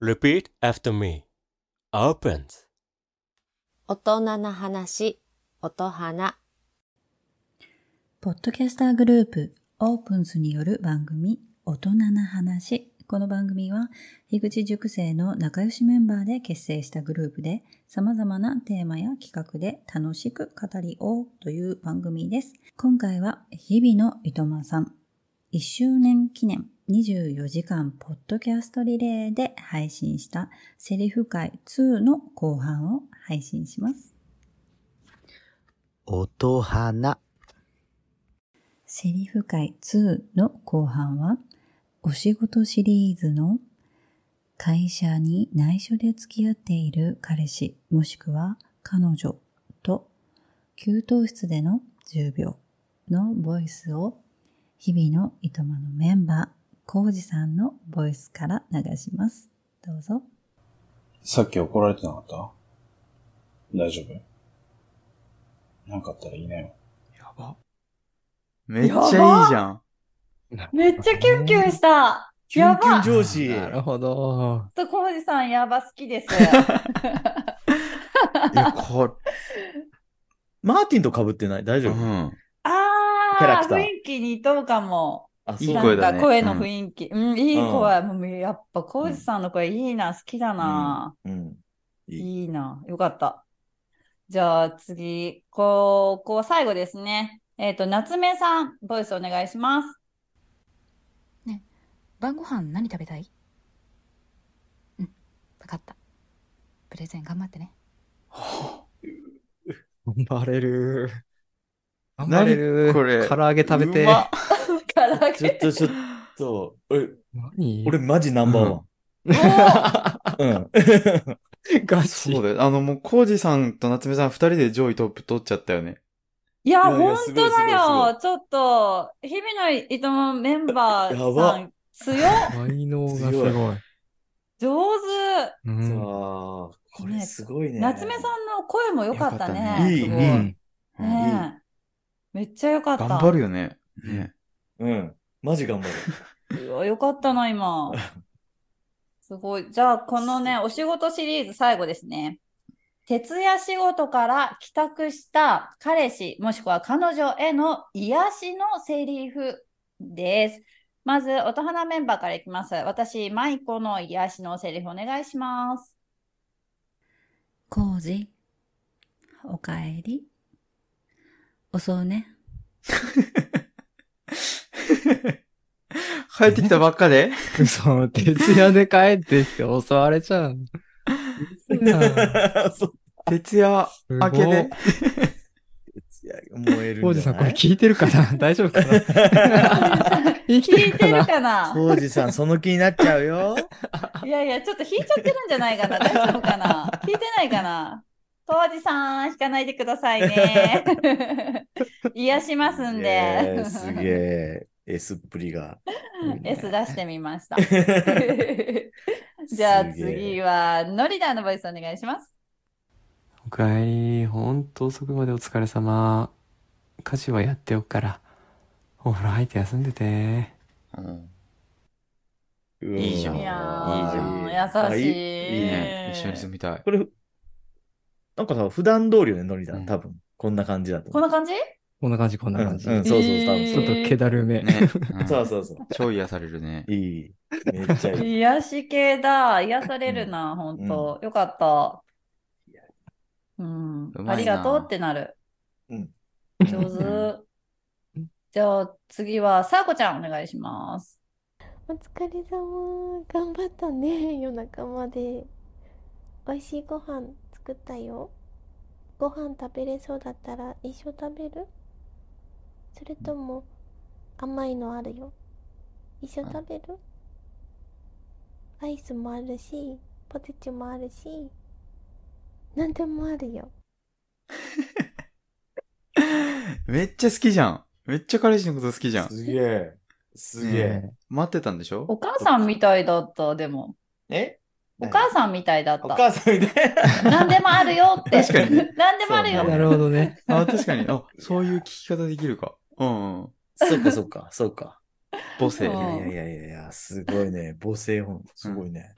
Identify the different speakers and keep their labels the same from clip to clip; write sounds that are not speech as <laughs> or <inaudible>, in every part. Speaker 1: Repeat after me. Opens.
Speaker 2: 大人な話、音花。
Speaker 3: ポッドキャスターグループオープンスによる番組大人な話。この番組は樋口塾生の仲良しメンバーで結成したグループで様々なテーマや企画で楽しく語りをという番組です。今回は日々のいとまさん1周年記念24時間ポッドキャストリレーで配信したセリフ会2の後半を配信します。
Speaker 4: 音花、
Speaker 3: セリフ会2の後半は、お仕事シリーズの会社に内緒で付き合っている彼氏もしくは彼女と給湯室での10秒のボイスを日々のいとまのメンバー、コウジさんのボイスから流します。どうぞ。
Speaker 5: さっき怒られてなかった大丈夫なんかあったらいいなよ。
Speaker 6: やば。
Speaker 7: めっちゃいいじゃん。
Speaker 8: めっちゃキュンキュン
Speaker 3: <laughs>
Speaker 8: した。
Speaker 6: キュンキュン上司。
Speaker 4: なるほど。
Speaker 8: ちょっとコウジさんやば好
Speaker 3: <laughs>
Speaker 8: きです。
Speaker 7: いや、こ
Speaker 6: マーティンと被ってない大
Speaker 7: れ、
Speaker 6: 丈
Speaker 7: う
Speaker 6: 夫、
Speaker 7: ん。
Speaker 8: あ
Speaker 6: キャラ
Speaker 8: ー
Speaker 6: クター
Speaker 8: 雰囲気にとうかも。
Speaker 6: あ、
Speaker 7: いい
Speaker 6: そう
Speaker 7: 声だね
Speaker 8: なんか声の雰囲気。うん、いい声。もうやっぱコウジさんの声いいな、好きだな。
Speaker 6: うん。うん
Speaker 8: いいな。よかった。じゃあ次、こう、こう最後ですね。えっ、と、夏目さん、ボイスお願いします。
Speaker 9: 晩ご飯何食べたいうん分かったプレゼン頑張ってね
Speaker 4: 頑張れる。頑張
Speaker 7: 何
Speaker 4: れる。
Speaker 7: これ
Speaker 4: 唐揚げ食べて
Speaker 7: う。ま
Speaker 8: 唐揚げ
Speaker 6: ちょっと、ちょっと、俺、
Speaker 4: 何
Speaker 6: 俺マジナンバーワン。うん。
Speaker 4: <laughs> ガ
Speaker 7: そう
Speaker 4: チ。
Speaker 7: だよ。あの、もう、コウジさんと夏目さん二人で上位トップ取っちゃったよね。
Speaker 8: い
Speaker 6: い
Speaker 8: や、
Speaker 6: やいや
Speaker 8: 本当だよ。
Speaker 6: す
Speaker 8: ちょっと、日々のいともメンバー
Speaker 6: や
Speaker 8: さ
Speaker 6: ば
Speaker 8: ん、強っ
Speaker 4: 才能がすごい。
Speaker 6: 強
Speaker 4: う
Speaker 8: 上
Speaker 6: さあ、
Speaker 4: ん、
Speaker 6: これすごい
Speaker 8: 手。
Speaker 6: ね。
Speaker 8: 夏目さんの声も良かった
Speaker 7: 良か
Speaker 8: ね
Speaker 7: った。ね
Speaker 6: いい
Speaker 8: すご
Speaker 6: う
Speaker 8: ね
Speaker 6: ん。
Speaker 7: う
Speaker 8: え
Speaker 7: ん
Speaker 8: めっちゃ良かった。
Speaker 7: 頑張るよね。ね。
Speaker 6: うん。マジ頑張る。
Speaker 8: うわ良かったな、今。すごい。じゃあ、このね、お仕事シリーズ最後ですね。徹夜仕事から帰宅した彼氏、もしくは彼女への癒しのセリフです。まず、音花メンバーからいきます。私、舞子の癒しのセリフお願いします。
Speaker 3: コウジ、おかえり。遅うね。
Speaker 7: 帰ってきたばっかで
Speaker 4: <laughs> そう、徹夜
Speaker 8: <laughs>
Speaker 4: で帰ってきて襲われちゃう。
Speaker 7: <laughs>
Speaker 6: そう
Speaker 7: 徹夜明けで。
Speaker 6: いや燃える
Speaker 4: コ
Speaker 6: ん
Speaker 4: ウ
Speaker 6: じ
Speaker 4: ジさ
Speaker 6: ゃ
Speaker 4: ん、こ
Speaker 6: な
Speaker 4: れ
Speaker 6: い。
Speaker 4: 聞いてるか
Speaker 6: <laughs>
Speaker 4: な大丈夫かな生きて
Speaker 8: 聞い
Speaker 4: るか
Speaker 8: てる
Speaker 4: な
Speaker 8: かな
Speaker 6: コウジさん、その気になっちゃうよ。
Speaker 8: いやいや、ちょっと引いちゃってるんじゃないかな。大丈夫かな。引いてないかな。当時さん、引かないでくださいね。癒しますん
Speaker 6: え
Speaker 8: で
Speaker 6: ー。すげえ。エスっぷりが。
Speaker 8: S 出してみました。じ
Speaker 6: じ
Speaker 8: ゃあ次は、ノリダーのボイスお願いします。
Speaker 10: おかえり、ほんと遅くまでお疲れ様。家事はやっておくから、お風呂入って休んでて。
Speaker 7: うん
Speaker 6: い
Speaker 7: いじゃん
Speaker 8: いや
Speaker 7: いい
Speaker 8: ー、優しい。
Speaker 6: いい
Speaker 7: ね一緒に住みたい
Speaker 6: こ。れ、なんかさ、普段通りよね、ノリ
Speaker 7: う
Speaker 6: だ。
Speaker 7: ん
Speaker 6: 多分。こんな感じだと。
Speaker 8: こんな感じ
Speaker 4: こんな感じ、こんな感じ。
Speaker 6: うんうん
Speaker 4: ち
Speaker 6: そうそう、多分。
Speaker 4: ょっと気だるめ。
Speaker 7: ね。
Speaker 6: <laughs> そう
Speaker 7: う
Speaker 6: そうそう。
Speaker 7: ん。超癒されるね。
Speaker 6: いい。めっちゃいい。
Speaker 8: 癒し系だ。癒されるな、ほんと。よかった。うん
Speaker 7: うまい。な
Speaker 8: ありがとうってなる。
Speaker 6: うん
Speaker 8: 上手。じゃあ次は、さあこちゃんお願いします。
Speaker 11: お疲れ様。頑張ったね、 <laughs> 夜中まで。美味しいご飯作ったよ。ご飯食べれそうだったら一緒食べるそれとも甘いのあるよ。一緒食べるアイスもあるし、ポテチもあるし、なんでもあるよ。
Speaker 7: めっちゃ好きじゃん。めっちゃ彼氏のこと好きじゃん。
Speaker 6: すげえ。すげえ。
Speaker 7: 待ってたんでしょ
Speaker 8: お母さんみたいだった、でも。
Speaker 6: え
Speaker 8: お母さんみたいだっ
Speaker 6: お
Speaker 8: た。
Speaker 6: 母さんみたいな。
Speaker 8: 何でもある
Speaker 6: <laughs>
Speaker 8: よって。
Speaker 7: 確かにね
Speaker 8: 何でもあるよ。
Speaker 6: そうね
Speaker 4: なるほどね。
Speaker 7: あ、確かに。あ、そういう聞き方できるか。うんうん。
Speaker 6: そうか、そうか、そうか。母性。
Speaker 8: う
Speaker 6: い
Speaker 8: ん
Speaker 6: やいやいやいや、すごいね。母性本。すごいね。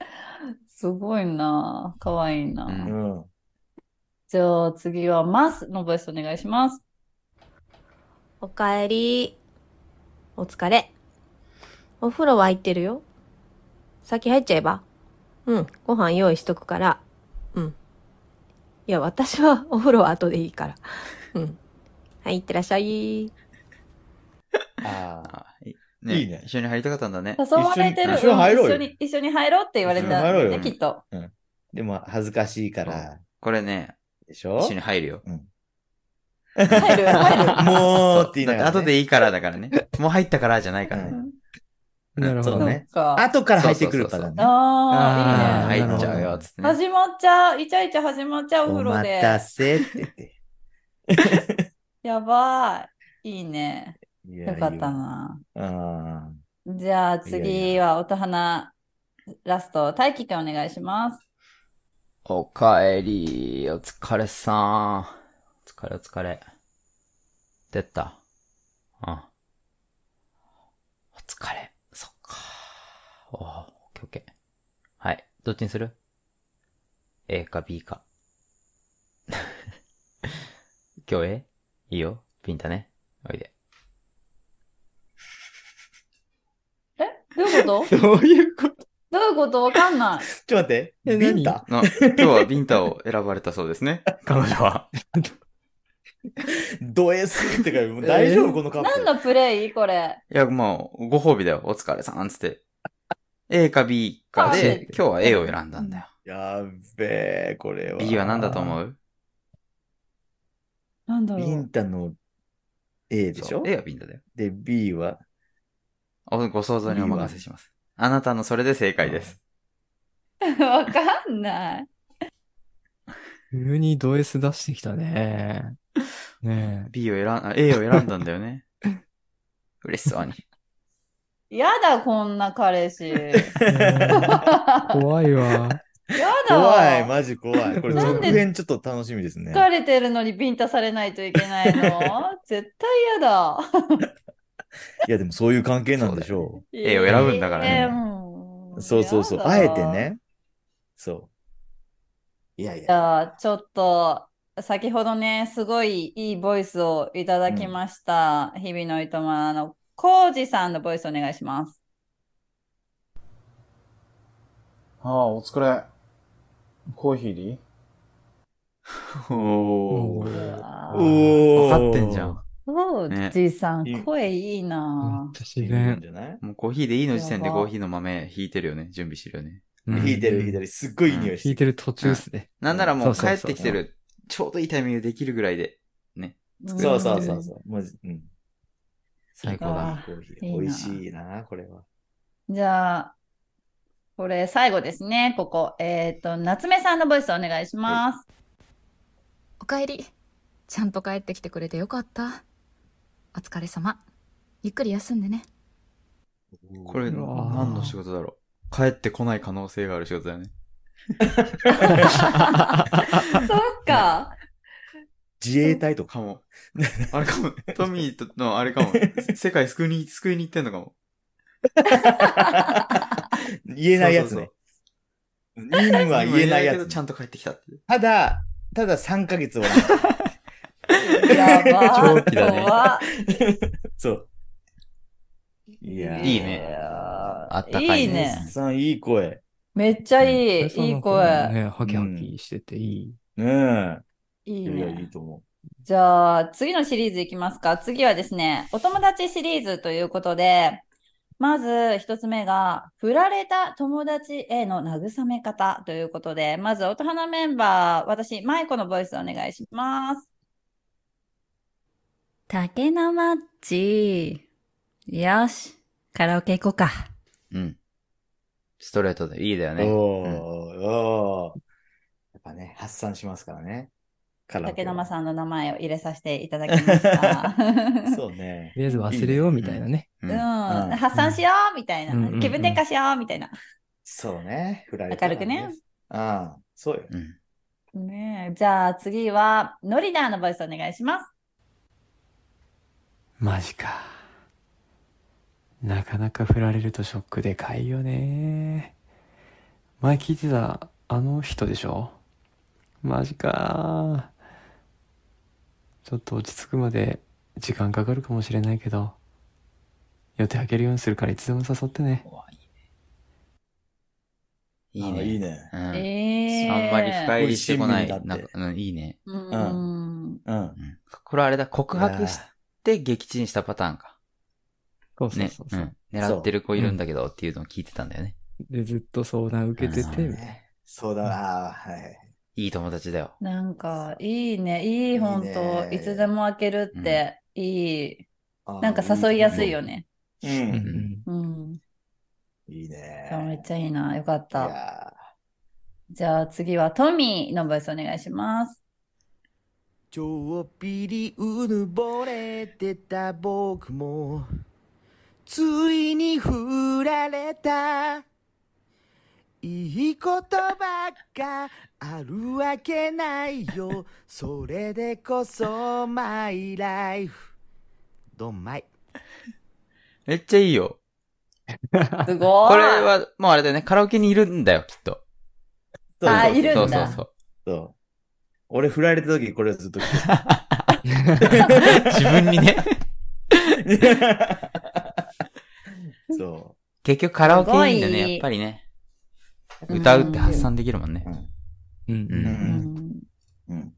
Speaker 8: すごいなぁ。かわいいなぁ。
Speaker 6: うん。
Speaker 8: じゃあ次はマスのボイスお願いします。
Speaker 2: おかえり。お疲れ。お風呂は空いてるよ。先入っちゃえばうん、ご飯用意しとくから。うん。いや、私は <laughs> お風呂は後でいいから。うん。はい、いってらっしゃい。
Speaker 6: あ
Speaker 7: あ。ね、いいね。一緒に入りたかったんだね。
Speaker 8: 誘われてる。
Speaker 6: 一緒に入ろうよ
Speaker 8: ん一緒に一緒に入ろうって言われたん
Speaker 6: 一
Speaker 8: だよ
Speaker 6: 緒に入ろう
Speaker 8: ね、
Speaker 6: よ
Speaker 8: きっと。
Speaker 6: うん。でも、恥ずかしいから。
Speaker 7: これね、
Speaker 6: でしょ
Speaker 7: 一緒に入るよ。
Speaker 8: 入る、入
Speaker 6: <laughs>
Speaker 8: る。
Speaker 6: もうって言い
Speaker 7: だ
Speaker 6: な
Speaker 7: っ
Speaker 6: が
Speaker 7: て
Speaker 6: ら。
Speaker 7: 後でいいからだからね。
Speaker 6: <laughs>
Speaker 7: もう入ったからじゃないからね。
Speaker 10: なるほど
Speaker 6: そう
Speaker 10: ね
Speaker 6: ね。
Speaker 8: そっか
Speaker 6: 後から入ってくるパターンね。
Speaker 8: あ
Speaker 6: あ
Speaker 8: あ、いい
Speaker 6: ー
Speaker 8: ね。
Speaker 7: 入っちゃうよ、つってね。
Speaker 8: 始まっちゃう。イチャイチャ始まっちゃう、
Speaker 6: お
Speaker 8: お風呂
Speaker 6: 待
Speaker 8: で。
Speaker 6: たせって言って。
Speaker 8: やばい。いいね。
Speaker 6: いや
Speaker 8: よかったな。
Speaker 6: いいわあ
Speaker 8: じゃあ
Speaker 6: いやい
Speaker 8: 次は音花ラスト、大輝くんお願いします。
Speaker 7: おかえり、お疲れさん。お疲れお疲れ。出た。うん。お疲れ。そっか。おーオッケーオッケー。はい。どっちにする ?A か B か。 <laughs> 今日 A? いいよ。ピンだね。おいで。
Speaker 8: どういうこ
Speaker 6: <laughs>
Speaker 8: と
Speaker 6: どういうこと
Speaker 8: どういうことわか
Speaker 6: <laughs>
Speaker 8: んない。
Speaker 6: ちょっと待って。ビンタ
Speaker 7: な今日はビンタを選ばれたそうですね。彼女
Speaker 6: <laughs>
Speaker 7: は。
Speaker 6: ド S ってか、もう大丈夫このカップ
Speaker 8: 何のプレイこれ。
Speaker 7: いや、まあ、ご褒美だよ。お疲れさん、つって。A か B かで、今日は A を選んだんだよ。
Speaker 6: やっべえ、これは。
Speaker 7: B は何だと思う
Speaker 8: なんだろ
Speaker 6: ビ
Speaker 8: う。
Speaker 6: ンタの A でし
Speaker 7: そ
Speaker 6: ょ
Speaker 7: う ?A は B だよ。
Speaker 6: で、B は、
Speaker 7: おご想像にお任せします。あなたのそれで正解です。
Speaker 8: わかんない。
Speaker 4: 急にド S 出してきたね。ね
Speaker 7: B を選ん、あ A を選んだんだよね。嬉しそうに。
Speaker 8: やだ、こんな彼氏。や
Speaker 4: え。怖いわ。
Speaker 8: だ
Speaker 6: 怖い、
Speaker 8: わ。
Speaker 6: マジ怖い。これ
Speaker 8: なん
Speaker 6: 続
Speaker 8: で
Speaker 6: 編ちょっと楽しみですね。
Speaker 8: <laughs> 疲れてるのにビンタされないといけないの絶対やだ。
Speaker 6: いや、でもそういう関係なんでしょ
Speaker 7: A を選ぶんだからね。
Speaker 8: えーも
Speaker 6: う。そうそうそう。
Speaker 8: やだ
Speaker 6: あえてね。そう。いやい
Speaker 8: じ
Speaker 6: や。
Speaker 8: ゃあ、ちょっと、先ほどね、すごいいいボイスをいただきました。日々のいとまの、コウジさんのボイスお願いします。
Speaker 5: ああ、お疲れ。コーヒーでいい
Speaker 7: おー。
Speaker 6: おー。
Speaker 7: わかってんじゃん。
Speaker 8: コウジさん、
Speaker 6: ね
Speaker 8: 声いいなぁ。
Speaker 4: 自然。
Speaker 6: じゃない
Speaker 7: もうコーヒーでいいの時点で
Speaker 8: やば
Speaker 7: コーヒーの豆引いてるよね。準備してるよね。
Speaker 4: うん
Speaker 6: 弾いてる弾いてる。すっごいいい匂いして
Speaker 4: 聞い
Speaker 6: る。
Speaker 4: てる途中っすね。
Speaker 7: なんならもう帰
Speaker 4: そうそう
Speaker 7: っ
Speaker 4: そう
Speaker 7: てきてる。ちょうどいいタイミングでできるぐらいで。ね。
Speaker 8: うん
Speaker 6: そうそうそうそう。マジ、うん。
Speaker 7: 最高
Speaker 8: あ
Speaker 7: だ。
Speaker 8: ー
Speaker 6: コーヒー。
Speaker 8: いいな
Speaker 6: 美味しいな、これは。
Speaker 8: じゃあ、これ最後ですね、ここ。えっ、と、夏目さんのボイスお願いします。
Speaker 9: おかえりちゃんと帰ってきてくれてよかったお疲れ様ゆっくり休んでね
Speaker 7: これ、
Speaker 4: うわー
Speaker 7: 何の仕事だろう。帰ってこない可能性がある仕事だよね。
Speaker 8: <laughs> そっか。
Speaker 6: 自衛隊とか。
Speaker 7: かも。あれかも。トミーとのあれかも。世界救いに、救いに行ってんのかも。
Speaker 6: 言えないやつね。任は言えないや
Speaker 7: けど
Speaker 6: つ
Speaker 7: ち。ゃんと帰ってきたって。
Speaker 6: ただ、ただ3ヶ月は。
Speaker 8: やば
Speaker 7: 長期だね
Speaker 8: 怖っ
Speaker 6: そう。いやー
Speaker 7: いいね。あったかいね
Speaker 8: いいね。
Speaker 6: さん、いい声。
Speaker 8: めっちゃいい、
Speaker 4: 久々
Speaker 8: いい
Speaker 4: の
Speaker 8: 声。
Speaker 4: ね、ハキハキしててい
Speaker 6: ねえ。い
Speaker 8: いい
Speaker 6: や、い
Speaker 8: ね
Speaker 6: い。と思
Speaker 8: じゃあ、次のシリーズいきますか。次はですね、お友達シリーズということで、まず一つ目が、振られた友達への慰め方ということで、まず、音花メンバー、私、舞子のボイスお願いします。
Speaker 3: 竹なマッチ。よし、カラオケ行こうか。
Speaker 7: うん。ストレートでいいだよ
Speaker 6: う。
Speaker 7: ね。
Speaker 6: おー、
Speaker 7: うん
Speaker 6: おー。やっぱね、発散しますからね。カラオケ
Speaker 8: 竹
Speaker 6: は
Speaker 8: 玉さんの名前を入れさせていただきました。 <laughs>
Speaker 6: そうね
Speaker 4: い。。とりあえず忘れようみたいなね。
Speaker 8: うん、
Speaker 7: うん
Speaker 6: うん
Speaker 8: 発散しようみたいな、
Speaker 4: うんうんうん
Speaker 8: 気分転換しようみたいな。
Speaker 6: そうね。振られたら
Speaker 8: 明るくね。
Speaker 6: ああ、そうよ。
Speaker 7: うん
Speaker 8: ねえじゃあ次は、ノリダーのボイスお願いします。
Speaker 10: マジか。なかなか振られるとショックでかいよね。前聞いてたあの人でしょマジか。ちょっと落ち着くまで時間かかるかもしれないけど、予定開けるようにするからいつでも誘ってね。
Speaker 7: いい
Speaker 6: あ
Speaker 7: ね。
Speaker 6: いいね
Speaker 7: うん
Speaker 8: えー
Speaker 7: あんまり深入りしてこない。
Speaker 6: すごい親身にな
Speaker 7: な
Speaker 6: っ
Speaker 7: ん
Speaker 6: て
Speaker 7: かうん、いいね。
Speaker 8: う。
Speaker 6: うんん。うん。
Speaker 7: これはあれだ、告白して撃沈したパターンか。
Speaker 4: そうそう
Speaker 7: ね
Speaker 4: そう。
Speaker 7: うん狙ってる子いるんだけどっていうのを聞いてたんだよね。
Speaker 4: で、ずっと相談受けてて、みたい
Speaker 6: そうだな、はい。
Speaker 7: いい友達だよ。
Speaker 8: なんか、いいね。いい、本当
Speaker 6: ね
Speaker 8: いつでも開けるって、いい。
Speaker 6: あ
Speaker 8: なんか誘いやすいよね。
Speaker 6: う。
Speaker 7: うんん。
Speaker 8: うん。
Speaker 6: いいね。
Speaker 8: めっちゃいいな。よかっ
Speaker 6: い
Speaker 8: た。
Speaker 6: や
Speaker 8: じゃあ次はトミーのボイスお願いします。
Speaker 12: ちょっぴりうぬぼれてた僕もついに振られたいいことばっかあるわけないよそれでこそマイライフドンマイ
Speaker 7: めっちゃいいよ。
Speaker 8: すごい
Speaker 7: これは、もうあれだよね、カラオケにいるんだよ、きっと。
Speaker 6: そう
Speaker 8: あいるんだ
Speaker 7: そうそうそう。
Speaker 6: そう。俺振られた時これずっと聞いてた
Speaker 7: <laughs> 自分にね。
Speaker 6: <laughs> そう。
Speaker 7: 結局カラオケいいんだよ
Speaker 8: すごい
Speaker 7: ね、やっぱりね。歌うって発散できるもんね。
Speaker 4: うん。
Speaker 6: うん。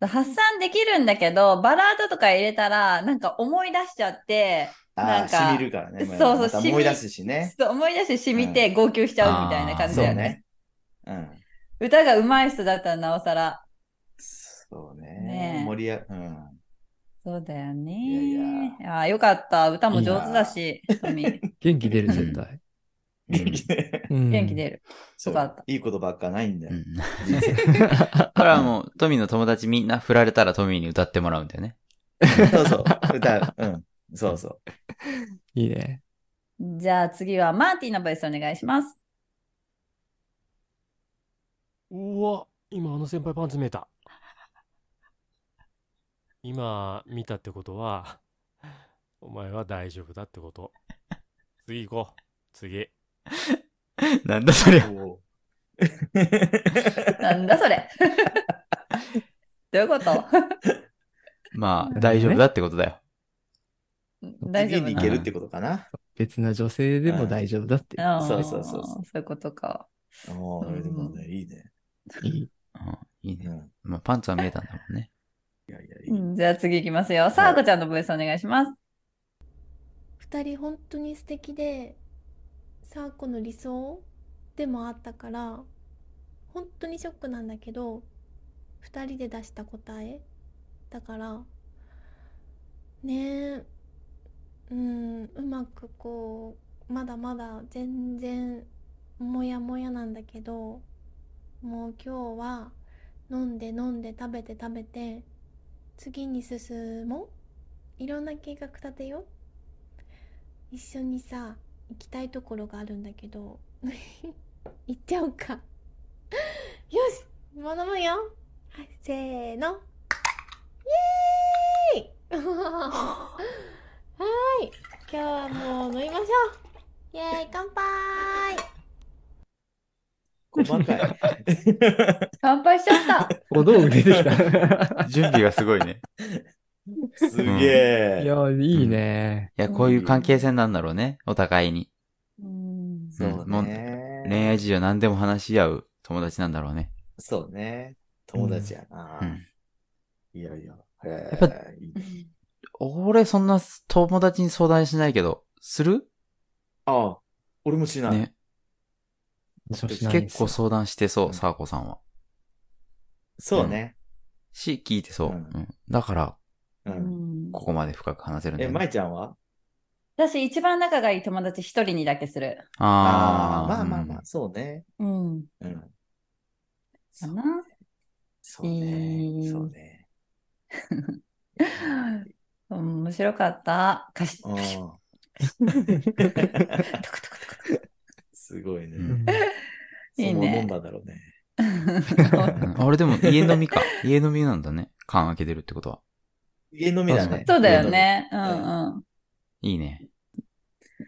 Speaker 8: 発散できるんだけど、バラードとか入れたら、なんか思い出しちゃって、
Speaker 6: あ
Speaker 8: な
Speaker 6: あ、
Speaker 8: んか、
Speaker 6: 染みるからね。まあ
Speaker 8: そうそう
Speaker 6: また
Speaker 8: 染み
Speaker 6: 思い出すしね。
Speaker 8: そう思い出して染みて号泣しちゃうみたいな感じだよね。
Speaker 6: そうね。うん。
Speaker 8: 歌が上手い人だったらなおさら。
Speaker 6: そう
Speaker 8: ね
Speaker 6: ね
Speaker 8: え。
Speaker 6: 盛り上が、うん。
Speaker 8: そうだよね。いやよかった。歌も上手だし、トミー。
Speaker 4: 元気出る、絶対。
Speaker 6: <laughs> 元気で。
Speaker 8: 元気出る。
Speaker 6: そう
Speaker 8: よかった。
Speaker 6: いいことばっかないんだよ。
Speaker 7: これはもう、トミーの友達みんな振られたらトミーに歌ってもらうんだよね。
Speaker 6: そうそう。歌う。うん。そうそう。
Speaker 4: いいね。
Speaker 8: じゃあ次はマーティのボイスお願い
Speaker 6: <laughs>
Speaker 8: します。
Speaker 1: うわ、今あの先輩パンツ見えた。今見たってことは、お前は大丈夫だってこと。次行こう。次。
Speaker 7: なんだそりゃ。
Speaker 8: なんだそれ。 <laughs> どういうこと
Speaker 6: <laughs>
Speaker 7: まあ、大丈夫だってことだよ。
Speaker 8: 大丈夫
Speaker 6: 次に行けるってことかな。
Speaker 4: 別な女性でも大丈夫だって。
Speaker 8: あー
Speaker 6: そうそうそうそう
Speaker 8: そういうことか。
Speaker 7: <laughs>
Speaker 6: おー、でもね、いいね。
Speaker 7: いいね。まあ、パンツは見えたんだもんね。
Speaker 8: うんじゃあ次行きますよ。さあこちゃんのボイスお願いします。
Speaker 11: 二人本当に素敵でサーコの理想でもあったから本当にショックなんだけど二人で出した答えだからねえうんうまくこうまだまだ全然モヤモヤなんだけどもう今日は飲んで飲んで食べて食べて次に進もういろんな計画立てよう一緒にさ行きたいところがあるんだけど <laughs> 行っちゃおうかよし今飲むよはいせーのイエーイはーい今日はもう飲みましょうイエーイ乾杯
Speaker 6: 細かい。
Speaker 8: 乾杯しちゃ
Speaker 6: <laughs>
Speaker 8: った。
Speaker 4: お道具出てきた。
Speaker 7: <laughs> 準備がすごいね。
Speaker 6: すげえ。
Speaker 4: いや、いいね。
Speaker 7: いや、こういう関係性なんだろうね。お互いに。
Speaker 8: うん
Speaker 6: そう
Speaker 7: も
Speaker 6: ね
Speaker 7: 恋愛事情何でも話し合う友達なんだろうね。
Speaker 6: そうね。友達やな。いやいや。や
Speaker 7: っぱ俺そんな友達に相談しないけど、する
Speaker 6: ああ、俺もしない。
Speaker 7: ね
Speaker 4: そうしないです
Speaker 7: 結構相談してそう、サーコさんは。
Speaker 6: そうね。
Speaker 7: し、聞いてそう。うんだから、
Speaker 8: うん
Speaker 7: ここまで深く話せるんだ
Speaker 6: え、
Speaker 7: よ
Speaker 6: ま
Speaker 7: ね。
Speaker 6: いちゃんは
Speaker 8: 私一番仲がいい友達一人にだけする。
Speaker 6: あ
Speaker 7: あー
Speaker 6: まあまあまあ、そうね。
Speaker 8: うん。
Speaker 6: うん。
Speaker 8: かな。
Speaker 6: そうね。そうね。
Speaker 8: うん <laughs> 面白かった。かし、
Speaker 6: うん
Speaker 8: かし。
Speaker 6: すごいね。
Speaker 8: いい
Speaker 6: その飲ん
Speaker 8: ね。
Speaker 6: だんだろうね。
Speaker 7: <laughs> うん俺でも家飲
Speaker 8: <laughs>
Speaker 7: みか。家飲みなんだね。缶開けてるってことは。
Speaker 6: 家飲みだね。
Speaker 8: そうだよね。うんうん。
Speaker 7: いいね。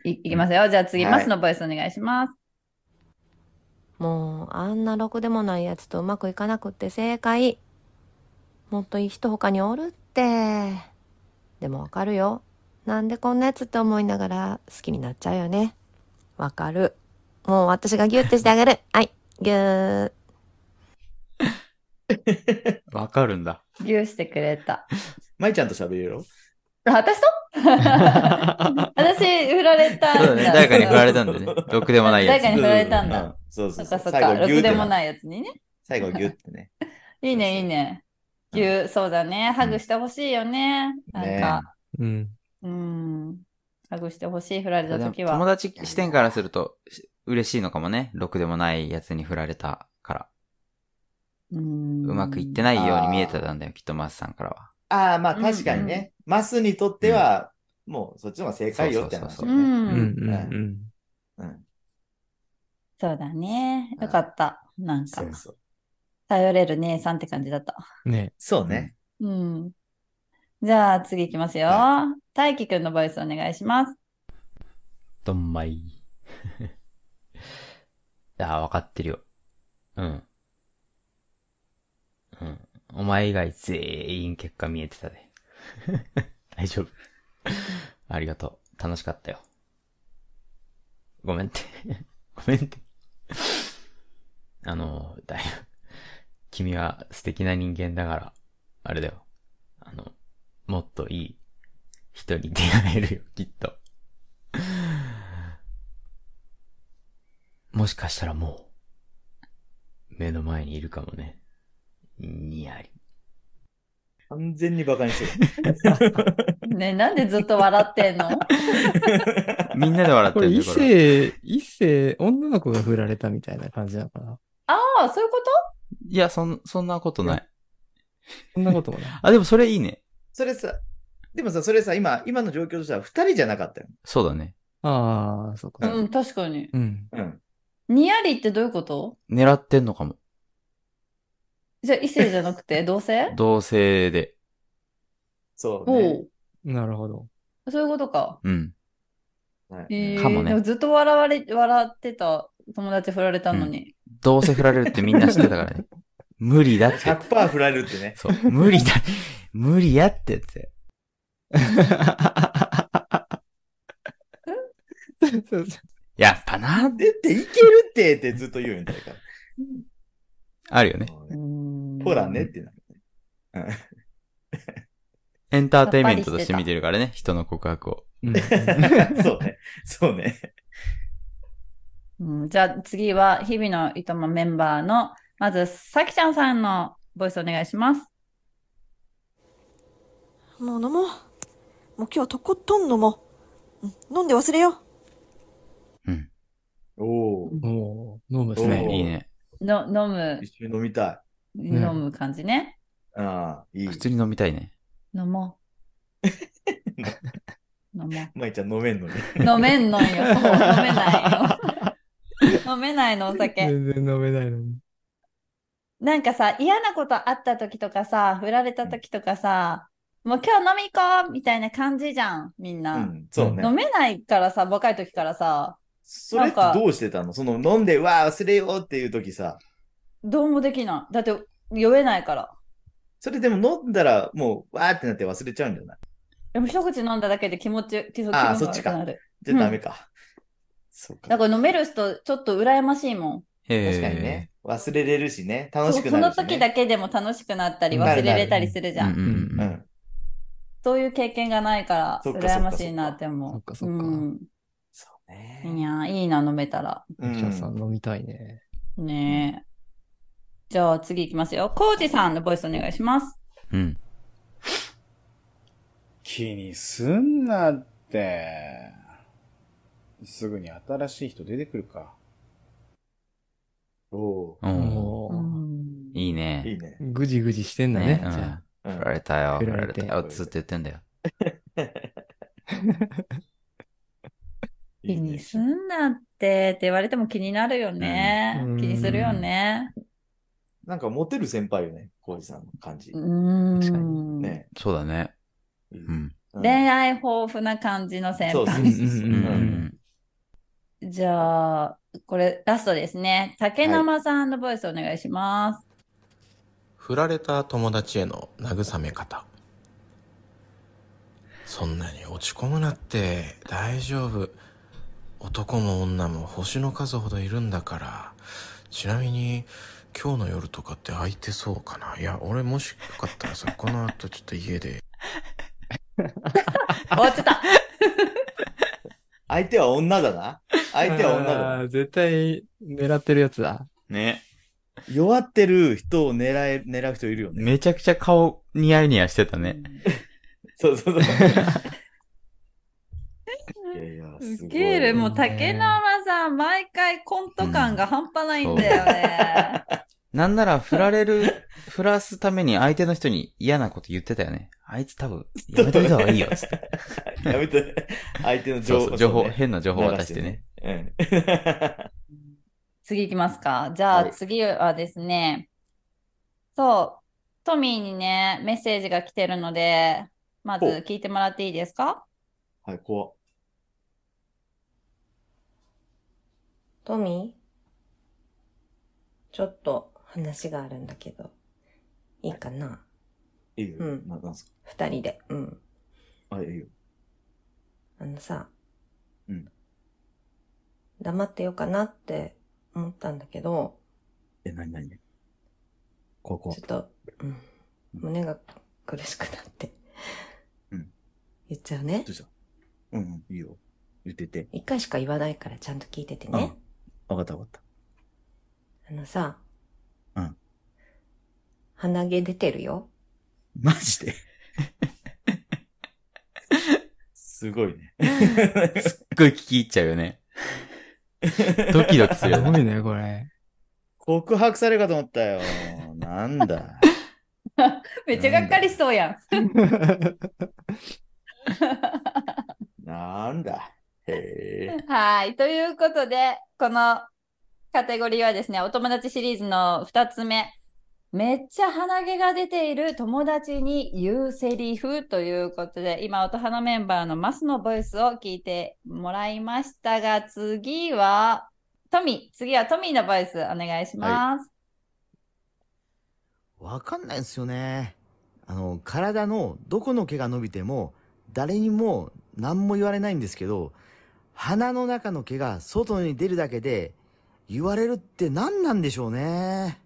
Speaker 8: いいきますよ。じゃあ次、
Speaker 2: はい
Speaker 8: マスのボイスお願いします。
Speaker 2: もう、あんなろくでもないやつとうまくいかなくって正解。もっといい人他におるって。でもわかるよ。なんでこんなやつって思いながら好きになっちゃうよね。わかる。もう私がギュッてしてあげる。はい、ギュー。
Speaker 6: わかるんだ。
Speaker 8: ギューしてくれた。
Speaker 6: 舞ちゃんと喋れるよ。
Speaker 8: あ私と私、振られたんだ。
Speaker 7: そうだね。誰かに振られたんだよ
Speaker 8: <laughs>
Speaker 7: ね。ろくでもないやつ。
Speaker 8: 誰かに振られたんだ
Speaker 6: うんそうそ
Speaker 8: そうっかそっ
Speaker 6: 最後
Speaker 8: か。ろ
Speaker 6: ギュー
Speaker 8: く
Speaker 6: って
Speaker 8: で
Speaker 6: な
Speaker 8: もないやつにね。
Speaker 6: 最後ギュってね。
Speaker 8: いいね、いいね。ギュー、そうだね。ハグしてほしいよね。なんか、
Speaker 4: うん。
Speaker 8: うん。ハグしてほしい、振られた
Speaker 7: でも
Speaker 8: 時は。
Speaker 7: 友達視点からするとし嬉しいのかもね。ろくでもないやつに振られたから。
Speaker 8: う
Speaker 7: まくいってないように見えてたんだよ、きっとマスさんからは。
Speaker 6: ああ、まあ確かにね。マスにとっては、もうそっちの方が正解よって話だよね。
Speaker 8: そうそうそうそう
Speaker 4: うんうん
Speaker 6: うん。
Speaker 8: そうだね。よかった。なんか、頼れる姉さんって感じだった。
Speaker 4: ね
Speaker 6: そうね。
Speaker 8: うん。じゃあ次いきますよ。大輝くんのボイスお願いします。
Speaker 7: どんまい。 <laughs> いやー、わかってるよ。うん。うん。お前以外全員結果見えてたで。 <laughs> 大丈夫。ありがとう。楽しかったよ。ごめんって。 <laughs> ごめんって。あのー、だいぶ、君は素敵な人間だから、あれだよ。あの、もっといい人に出会えるよ、きっと。もしかしたらもう、目の前にいるかもね。にやり。
Speaker 6: 完全にバカにしてる。 <laughs>
Speaker 8: ね、なんでずっと笑ってん <laughs> の
Speaker 7: みんなで笑
Speaker 4: これ異性、異性、女の子が振られたみたいな感じなのかな
Speaker 8: ああ、そういうこと
Speaker 7: いや、そん、そんなことない。
Speaker 4: そんなこともない。
Speaker 7: <laughs> あ、でもそれいいね。
Speaker 6: それさ、でもさ、それさ、今、今の状況としては二人じゃなかったよ。
Speaker 7: そうだね。
Speaker 4: ああ、そっか。
Speaker 8: うん、確かに。
Speaker 4: うん。
Speaker 6: うん。
Speaker 8: にやりってどういうこと
Speaker 7: 狙ってんのかも。
Speaker 8: じゃあ異性じゃなくて同性
Speaker 7: 同性で。
Speaker 6: そ
Speaker 8: おう
Speaker 4: なるほど。
Speaker 8: そういうことか。
Speaker 7: うん。
Speaker 8: えー
Speaker 7: かも
Speaker 8: でも
Speaker 7: ね。
Speaker 8: ずっと笑われ、笑ってた友達振られたのに。
Speaker 7: どうせ振られるってみんな知ってたから
Speaker 6: <laughs>
Speaker 7: ね。無理だって。100%
Speaker 6: 振られるってね。
Speaker 7: そう。無理だ。無理やってって。やっぱなって
Speaker 6: って、いけるってってずっと言うよ、誰か。
Speaker 7: あるよね。
Speaker 6: ほらねってなる。
Speaker 7: エンターテインメントとして見てるからね、人の告白を。
Speaker 6: <laughs> そうね。そうね。
Speaker 8: うん、じゃあ次は日々のいともメンバーの、まず、さきちゃんさんのボイスお願いします。
Speaker 13: もう飲もう。もう今日はとことん飲もう。うん飲んで忘れよう。
Speaker 6: おお
Speaker 4: 飲む
Speaker 7: ですねいいね。
Speaker 8: の飲む、
Speaker 6: 一緒に飲みたい。
Speaker 8: 飲む感じね。
Speaker 6: ああ、いい。普
Speaker 7: 通に飲みたいね。
Speaker 8: 飲もう。飲もう。
Speaker 6: 舞ちゃん飲めんのに。
Speaker 8: 飲めんのよ。そう飲めないの。飲めないの、お酒。
Speaker 4: 全然飲めないのに。
Speaker 8: なんかさ、嫌なことあった時とかさ、振られた時とかさ、もう今日飲み行こうみたいな感じじゃん、みんな。
Speaker 6: <laughs> そうね。
Speaker 8: 飲めないからさ、若い時からさ、
Speaker 6: それっ
Speaker 8: なん
Speaker 6: て
Speaker 8: か
Speaker 6: どうしてたのその飲んで、わあ、忘れようっていう時さ。
Speaker 8: どうもできない。だって、酔えないから。
Speaker 6: それでも飲んだら、もう、わーってなって忘れちゃうんじゃない
Speaker 8: でも一口飲んだだけで気持ち、気分
Speaker 6: ああ、
Speaker 8: 気分
Speaker 6: そ
Speaker 8: が
Speaker 6: っち
Speaker 8: 悪くな
Speaker 6: か
Speaker 8: る。。
Speaker 6: じゃあダメか。
Speaker 8: だから飲める人、ちょっと羨ましいもん。
Speaker 6: 確かにね。忘れれるしね。楽しく
Speaker 8: そ
Speaker 6: な
Speaker 8: の
Speaker 6: るし
Speaker 8: 時
Speaker 6: ね。
Speaker 8: だけでも楽しくなったり、
Speaker 6: な
Speaker 8: 忘
Speaker 6: る
Speaker 8: れ
Speaker 6: なる
Speaker 8: れたりするじゃん。
Speaker 6: うん。
Speaker 8: そういう経験がないから、
Speaker 6: そっかそっか
Speaker 8: 羨ましいなって思う。そっかそっか。うん。いやー、いいな、飲めたら。
Speaker 4: お茶さん飲みたいね。
Speaker 8: ねえ。じゃあ次行きますよ。コウジさんのボイスお願いします。
Speaker 7: うん。
Speaker 5: 気にすんなって。すぐに新しい人出てくるか。
Speaker 6: お
Speaker 7: おいいね。
Speaker 6: いいね。
Speaker 4: ぐじぐじしてんだね。
Speaker 7: うん
Speaker 4: じゃあ
Speaker 7: 振られたよ、
Speaker 4: 振
Speaker 7: 振
Speaker 4: ら
Speaker 7: ら
Speaker 4: れ
Speaker 7: れ
Speaker 4: て
Speaker 7: たよ、ずっと言ってんだよ。
Speaker 8: 気にすんなってって言われても気になるよね。
Speaker 6: うん
Speaker 8: 気にするよね。
Speaker 6: なんかモテる先輩よね、浩二さんの感じ。
Speaker 8: うーん。
Speaker 6: ね。
Speaker 7: そうだね。うん。
Speaker 8: 恋愛豊富な感じの先
Speaker 7: そうそう
Speaker 8: 輩。
Speaker 7: ん
Speaker 8: じゃあ、これラストですね。竹生さんのボイスお願いします。
Speaker 14: 振られた友達への慰め方そんなに落ち込むなって大丈夫男も女も星の数ほどいるんだからちなみに今日の夜とかって空いてそうかないや俺もしよかったらさこの後ちょっと家で
Speaker 8: 終わっちゃった。
Speaker 6: 相手は女だな。相手は女だ
Speaker 4: あー絶対狙ってるやつだ。
Speaker 7: ね。
Speaker 6: 弱ってる人を狙え、狙う人いるよね。
Speaker 7: めちゃくちゃ顔ニヤニヤしてたね。
Speaker 6: そうそうそう。
Speaker 8: ウケール、もう竹生さん、毎回コント感が半端ないんだよね。
Speaker 7: なんなら振られる、振らすために相手の人に嫌なこと言ってたよね。あいつ多分、やめといた方がいいよ、つって。
Speaker 6: やめて、相手の情
Speaker 7: そ
Speaker 6: 報
Speaker 7: うそう情報、
Speaker 6: そうね
Speaker 7: 変な情報渡してね。
Speaker 6: 流してね
Speaker 8: 次いきますか。じゃあ
Speaker 6: はい
Speaker 8: 次はですね、そう、トミーにね、メッセージが来てるので、まず
Speaker 6: ほう
Speaker 8: 聞いてもらっていいですか
Speaker 6: うん。はい、怖っ
Speaker 2: トミーちょっと話があるんだけど、いいかない
Speaker 6: いよ。
Speaker 2: うん
Speaker 6: な、なんすか。
Speaker 2: 二人で。うん。
Speaker 6: あ、いいよ。
Speaker 2: あのさ、
Speaker 6: うん
Speaker 2: 黙ってようかなって思ったんだけど、
Speaker 6: え、なになに怖い怖
Speaker 2: ちょっと、うん、胸が苦しくなって。言っちゃうね。
Speaker 6: どうしたうん、うん、いいよ。言ってて。
Speaker 2: 一回しか言わないからちゃんと聞いてて
Speaker 6: うん
Speaker 2: ね。
Speaker 6: わかったわかっ
Speaker 2: あのさ、
Speaker 6: うん
Speaker 2: 鼻毛出てるよ。
Speaker 6: マジですごいね。
Speaker 7: すっごい聞き入っちゃうよね。ドキドキするよ
Speaker 4: すごいね、これ。
Speaker 6: た。告白されるかと思ったよ。なんだ。
Speaker 8: めっちゃがっかりしそうやん。
Speaker 6: <laughs> なんだ。へえ。
Speaker 8: はい。ということで、このカテゴリーはですね、お友達シリーズの2つ目、めっちゃ鼻毛が出ている友達に言うセリフということで、今、音花メンバーのマスのボイスを聞いてもらいましたが、次は、トミー、次はトミーのボイスお願いします。
Speaker 12: わかんないんですよね。あの、体のどこの毛が伸びても、誰にも何も言われないんですけど、鼻の中の毛が外に出るだけで、言われるって何なんでしょうね。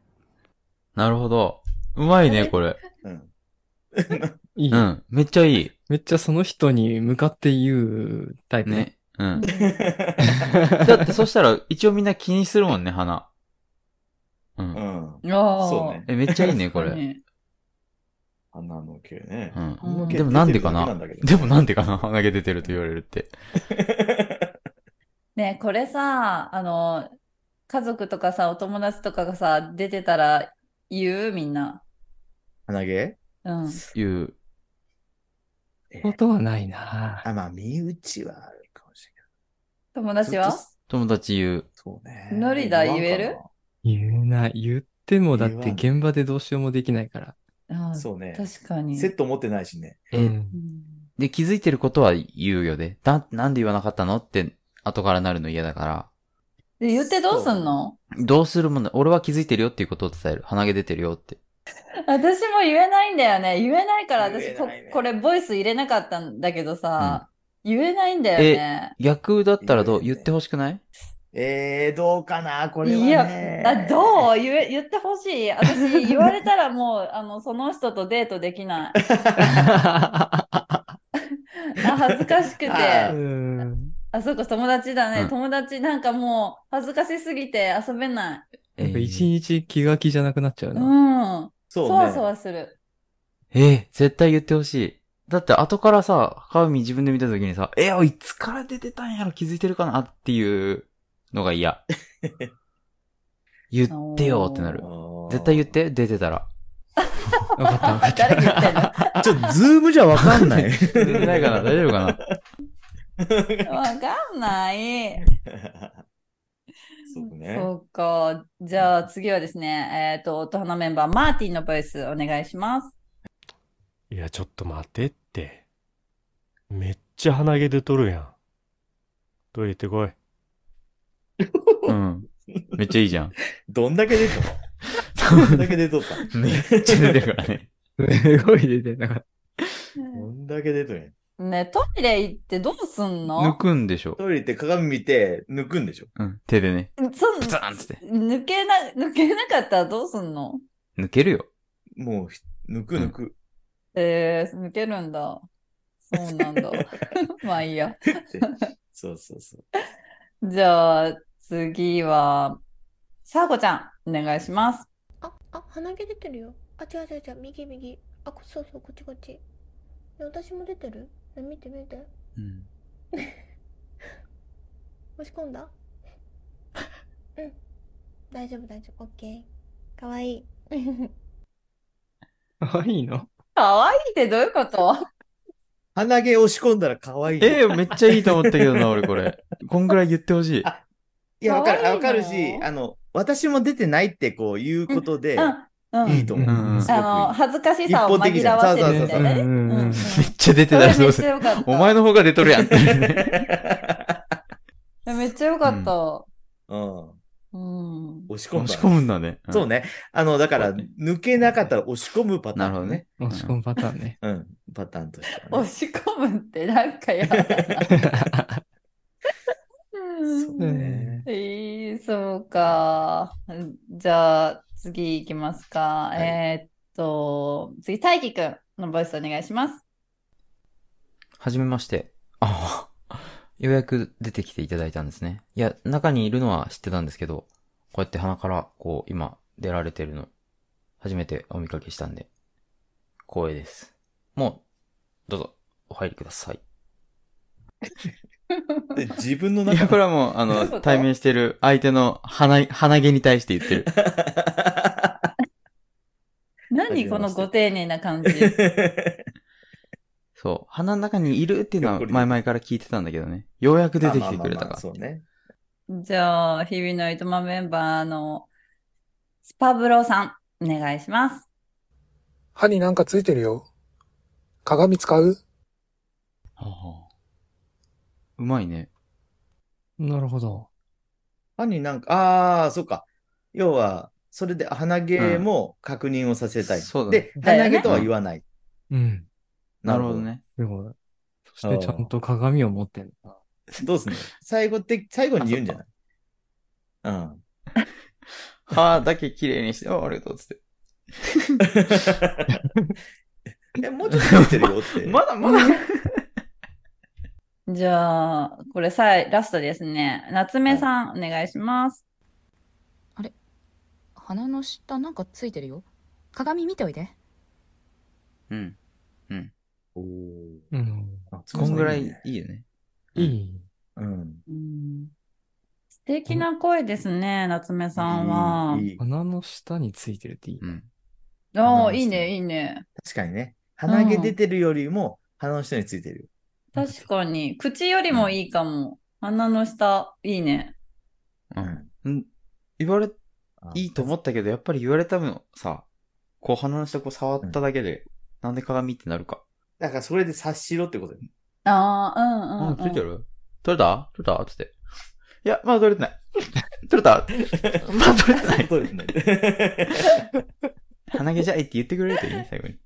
Speaker 7: なるほど。うまいね、これ。
Speaker 4: いい、
Speaker 7: うん。めっちゃいい。
Speaker 4: めっちゃその人に向かって言うタイプね。
Speaker 6: <laughs>
Speaker 7: うん。だってそしたら、一応みんな気にするもんね、花。うん。
Speaker 8: あーそう
Speaker 6: ね
Speaker 7: え、めっちゃいいね、これ。
Speaker 8: ね
Speaker 6: 鼻の毛ね。
Speaker 7: うん。でもなんでかなでもなんでかな鼻毛出てると言われるって。
Speaker 8: ねえこれさ、あの、家族とかさ、お友達とかがさ、出てたら言うみんな。
Speaker 6: 鼻毛
Speaker 8: うん。
Speaker 7: 言う。
Speaker 4: ことはないな。
Speaker 6: あ、まあ、身内はあるかもし
Speaker 8: 友達は
Speaker 7: 友達言う。
Speaker 6: そうね。
Speaker 8: ノリだ言える
Speaker 4: 言えない。言ってもだって現場でどうしようもできないから。
Speaker 8: ああ
Speaker 6: そうね
Speaker 8: 確かに。
Speaker 6: セット持ってないしね。
Speaker 7: え、で、気づいてることは言うよで。だ、なんで言わなかったのって、後からなるの嫌だから。
Speaker 8: で言ってどうすんの
Speaker 7: どうするもんだ。俺は気づいてるよっていうことを伝える。鼻毛出てるよって。
Speaker 8: 私も言えないんだよね。言えないから私こ、これボイス入れなかったんだけどさ、言えないんだよ
Speaker 7: え
Speaker 8: ね。、
Speaker 7: 逆だったらどう言ってほしくない
Speaker 6: えー、どうかなこれは、
Speaker 8: い
Speaker 6: ね。
Speaker 8: や、あどう言え言ってほしい。私、言われたらもう、あ <laughs> の、その人とデートできない。あ恥ずかしくて。あ、そうか、友達だね。
Speaker 4: うん
Speaker 8: 友達なんかもう、恥ずかしすぎて遊べな
Speaker 4: なんか一日気が気じゃなくなっちゃう
Speaker 8: い。
Speaker 4: な。
Speaker 8: うん。
Speaker 4: そうね
Speaker 8: そわそわする。
Speaker 7: え、絶対言ってほしい。だって後からさ、鏡自分で見た時にさ、え、いつから出てたんやろ気づいてるかなっていうのが
Speaker 8: <laughs>
Speaker 7: 嫌。言ってよってなる。絶対言って、出てた
Speaker 8: <laughs>
Speaker 7: ら。わかったわかった。誰
Speaker 8: 言ってん
Speaker 7: の
Speaker 6: ちょっとズームじゃわかんない。
Speaker 7: <laughs> 出てないかな大丈夫かな
Speaker 8: わかんない。
Speaker 6: そう <laughs> ね。
Speaker 8: そうか。じゃあ次はですね、えっ、と、音花メンバー、マーティンのボイスお願いします。
Speaker 1: いや、ちょっと待てって。めっちゃ鼻毛出とるやん。トイレ行ってこい。
Speaker 7: うん。めっちゃいいじゃん。
Speaker 6: <laughs> どんだけ出とったどんだけ出とった
Speaker 7: めっちゃ出てるからね。
Speaker 4: すごい出てるなんか
Speaker 6: どんだけ出とんや
Speaker 8: ねトイレ行ってどうすんの
Speaker 7: くんでしょ。
Speaker 6: トイレ行って鏡見て、抜くんでしょ。
Speaker 7: うん。手でね。
Speaker 8: そん
Speaker 7: ブツーンっつって。
Speaker 8: 抜けな、抜けなかったらどうすんの
Speaker 7: 抜けるよ。
Speaker 6: もうひ、抜く抜く。
Speaker 8: えー、抜けるんだ。そうな
Speaker 6: <laughs>
Speaker 8: んだ。まあいいや。 <laughs>
Speaker 6: そうそうそう。
Speaker 8: じゃあ、次は、さあこちゃん、お願いします。
Speaker 11: あ、鼻毛出てるよ。あ、違う違う違う、右右。あ、こそうそう、こっちこっち。ね私も出てるね見て見て。 <laughs>
Speaker 7: うん。
Speaker 11: 押し込んだ <laughs> うん。大丈夫大丈夫、オッケー。かわいい。 <laughs>
Speaker 4: 可愛いの
Speaker 8: 可愛いってどういうこと
Speaker 6: 鼻毛押し込んだら可愛い。
Speaker 7: ええめっちゃいいと思ったけどな、俺これ。こんぐらい言ってほし
Speaker 6: <laughs>
Speaker 7: い。
Speaker 6: いや、わかる、
Speaker 8: 可愛い
Speaker 6: わ
Speaker 8: の
Speaker 6: かるし、あの、私も出てないってこういうことで、
Speaker 8: うん。
Speaker 6: いいと思う。すごくい
Speaker 8: あ
Speaker 6: い
Speaker 8: の、恥ずかしさを
Speaker 6: 一方的
Speaker 8: 紛
Speaker 6: じゃん
Speaker 8: らわせる
Speaker 6: そ
Speaker 8: みたい
Speaker 6: そうそ
Speaker 8: う
Speaker 6: うそう
Speaker 8: な
Speaker 7: め
Speaker 8: ね。
Speaker 7: っちゃ出てたらどうせ
Speaker 8: これめっちゃよかった
Speaker 7: お前の方が出とるやん。
Speaker 8: めっちゃよかった。
Speaker 6: <laughs> うん。
Speaker 8: うん。
Speaker 6: 押し込む。
Speaker 7: 押し込むんだねうん
Speaker 6: そうね。あの、だから、抜けなかったら押し込むパターン。なるほどね。
Speaker 4: 押し込むパターンね。
Speaker 6: うん。パターンとしてはね。
Speaker 8: 押し込むってなんかやだな
Speaker 6: そうね
Speaker 8: えーそうか。じゃあ次いきますか。えーっと、次、大輝くんのボイスお願いします。
Speaker 7: はじめまして。あ <laughs> あ。ようやく出てきていただいたんですね。いや、中にいるのは知ってたんですけど、こうやって鼻から、こう、今、出られてるの、初めてお見かけしたんで、光栄です。もう、どうぞ、お入りください。
Speaker 6: で自分の
Speaker 7: いや、
Speaker 6: 中
Speaker 7: これはもう、あ
Speaker 6: どういうこと
Speaker 7: の、対面してる相手の鼻、鼻毛に対して言って
Speaker 6: <laughs>
Speaker 7: る。
Speaker 8: 何このご丁寧な感じ。
Speaker 7: そう。鼻の中にいるっていうのは前々から聞いてたんだけどね。ようやく出てきてくれ
Speaker 6: まあまあまあま
Speaker 7: たか
Speaker 6: あ。そうね。
Speaker 8: じゃあ、日々のいとまメンバーのスパブロさん、お願いし
Speaker 6: <laughs>
Speaker 8: ます。
Speaker 15: 歯になんかついてるよ。鏡使う
Speaker 7: うまいね。
Speaker 4: なるほど。
Speaker 6: 歯になんか、ああ、そうか。要は、それで鼻毛も確認をさせたい。
Speaker 7: そうだね
Speaker 6: で、鼻毛とは言わない。
Speaker 4: うん。
Speaker 7: なるほどね。
Speaker 4: すごい。そしてちゃんと鏡を持ってんだ。
Speaker 6: どうすんの最後って、最後に言うんじゃないうん。
Speaker 7: <laughs> 歯だけ綺麗にして、あありがとう、つって。
Speaker 6: <laughs> え、もうちょっと出てるよって。
Speaker 7: まだまだ。
Speaker 8: <laughs> じゃあ、これさい、ラストですね。夏目さん、お願いします。
Speaker 9: 鼻の下なんかついてるよ。鏡見ておいで。
Speaker 7: うん。うん。
Speaker 6: お
Speaker 4: うん。
Speaker 7: こんぐらいいいよね。
Speaker 4: いい。
Speaker 6: うん。
Speaker 8: 素敵な声ですね、夏目さんは。
Speaker 4: 鼻の下についてるっていい。
Speaker 8: おーいいね、いいね。
Speaker 6: 確かにね。鼻毛出てるよりも、鼻の人についてる。
Speaker 8: 確かに。口よりもいいかも。鼻の下、いいね。
Speaker 7: うん。言われ、いいと思ったけど、やっぱり言われたのさ、こう鼻の下こう触っただけで、なんで鏡ってなるか。
Speaker 6: だから、それで察しろってことよね。
Speaker 8: あ
Speaker 7: あ、
Speaker 8: あ、うんうん、
Speaker 7: つ
Speaker 8: う
Speaker 7: いて
Speaker 8: ん。
Speaker 7: る取れた取れたつって。いや、まだ取れてない。 <laughs> 取
Speaker 6: <laughs>
Speaker 7: れたまだ取れてない。
Speaker 6: 取れてない。
Speaker 7: 鼻毛じゃいって言ってくれるといい
Speaker 6: <laughs>
Speaker 7: ね、最後に。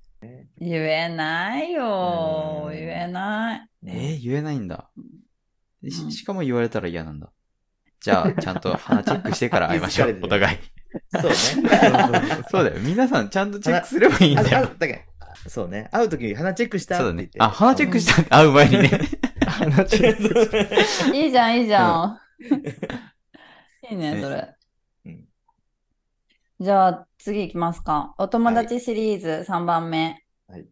Speaker 8: 言えないよ。言えない。
Speaker 7: えー、言えないんだ。し、しかも言われたら嫌なんだ。じ <laughs> ゃあ、ちゃんと鼻チェックしてから会いまし
Speaker 6: <laughs>
Speaker 7: ょ
Speaker 6: 気づ
Speaker 7: う
Speaker 6: かれ、てる
Speaker 7: お
Speaker 6: そ
Speaker 7: 互い。
Speaker 6: うね
Speaker 7: <laughs> そうだよ。皆さんちゃんとチェックすればいいんだよ。
Speaker 6: ああだけどそうね。会うときに鼻チェックしたって
Speaker 7: そう
Speaker 6: 言っ
Speaker 7: だ
Speaker 6: て
Speaker 7: ね。あ、鼻チェックした、会う前にね。 <laughs> 鼻チェック
Speaker 8: いいじゃん、いいじゃん。いいね、
Speaker 7: ね
Speaker 8: それ。じゃあ、次いきますか。お友達シリーズ3番目。
Speaker 6: はい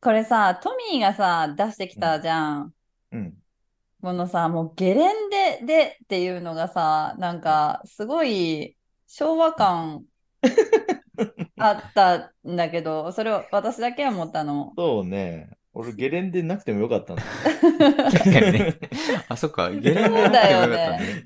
Speaker 8: これさ、トミーがさ、出してきたじゃん。
Speaker 6: <laughs> うん。
Speaker 8: このさ、もうゲレンデでっていうのがさ、なんか、すごい昭和感あったんだけど、それを私だけ思ったの。
Speaker 6: そうね。俺、ゲレンデなくてもよかったんだ。
Speaker 7: 確かに
Speaker 6: <laughs>
Speaker 7: ね。あ、そっか。ゲレンデ
Speaker 8: そうだよね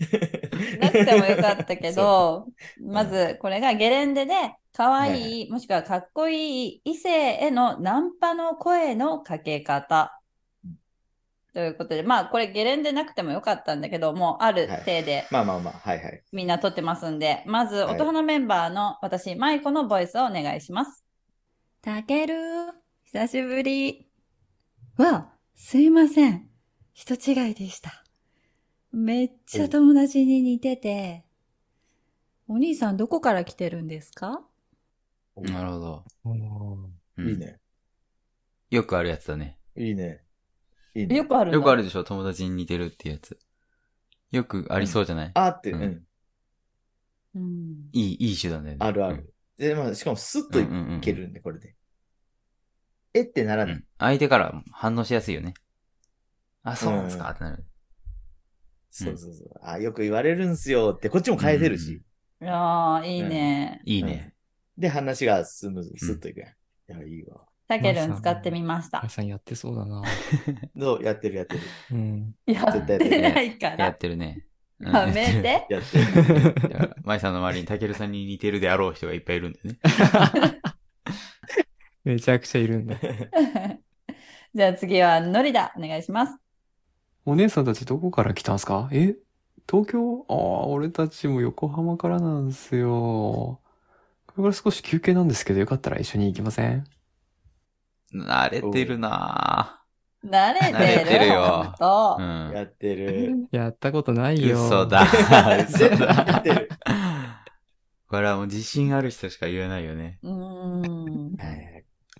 Speaker 7: やってもよかった
Speaker 8: なくてもよかったけど、まずこれがゲレンデで可愛い、もしくはかっこいい異性へのナンパの声のかけ方。ということで、まあ、これゲレンデなくてもよかったんだけど、もうある体で
Speaker 6: まあまあまあ、はいはい。
Speaker 8: みんな撮ってますんで、まず、
Speaker 6: はい
Speaker 8: 音花メンバーの私、舞子のボイスをお願いします。
Speaker 3: たける久しぶり。わあ、すいません。人違いでした。めっちゃ友達に似てて。お兄さんどこから来てるんですか
Speaker 7: なるほど。
Speaker 6: いいね。
Speaker 7: よくあるやつだね。
Speaker 6: いいね。
Speaker 8: よくあるんだ
Speaker 7: よくあるでしょ友達に似てるってやつ。よくありそうじゃない、
Speaker 6: あーって、
Speaker 7: う
Speaker 6: うんん。
Speaker 8: うん。
Speaker 7: いい、いい手段だよね。
Speaker 6: あるある。で、まあ、しかもスッといけるんで、これで。えってならない。
Speaker 7: 相手から反応しやすいよね。あ、そうなんですか、ってなる。
Speaker 6: そうそうそう。あ、よく言われるんすよって、こっちも返せるし。
Speaker 8: いやー、いいね。
Speaker 7: いいね。
Speaker 6: で、話がスムーズにスッといくやん。いや、いいわ。
Speaker 8: たけるん使ってみました。
Speaker 4: さんやってそうだな。
Speaker 6: どうやってるやってる。
Speaker 4: うん。
Speaker 8: やってないから
Speaker 7: やってるね。うん
Speaker 8: やめて
Speaker 7: やってる。 <laughs> いや舞さんの周りにたけるさんに似てるであろう人がいっぱいいるんだよね。
Speaker 8: <laughs>
Speaker 4: めちゃくちゃいるんだ。
Speaker 1: <laughs>
Speaker 8: <laughs> じゃあ次は、のりだ。お願いします。
Speaker 10: お姉さんたちどこから来たんすかえ東京ああ、俺たちも横浜からなんすよ。これから少し休憩なんですけど、よかったら一緒に行きません
Speaker 7: 慣れてるな
Speaker 8: 慣れてる。
Speaker 7: 慣れてるよ
Speaker 8: ほんと
Speaker 7: ぁ。うん。
Speaker 6: やってる。
Speaker 4: やったことないよ。
Speaker 7: 嘘だ。嘘
Speaker 6: や
Speaker 7: だ
Speaker 6: って <laughs> る。
Speaker 7: これはもう自信ある人しか言えないよね。
Speaker 8: うーん。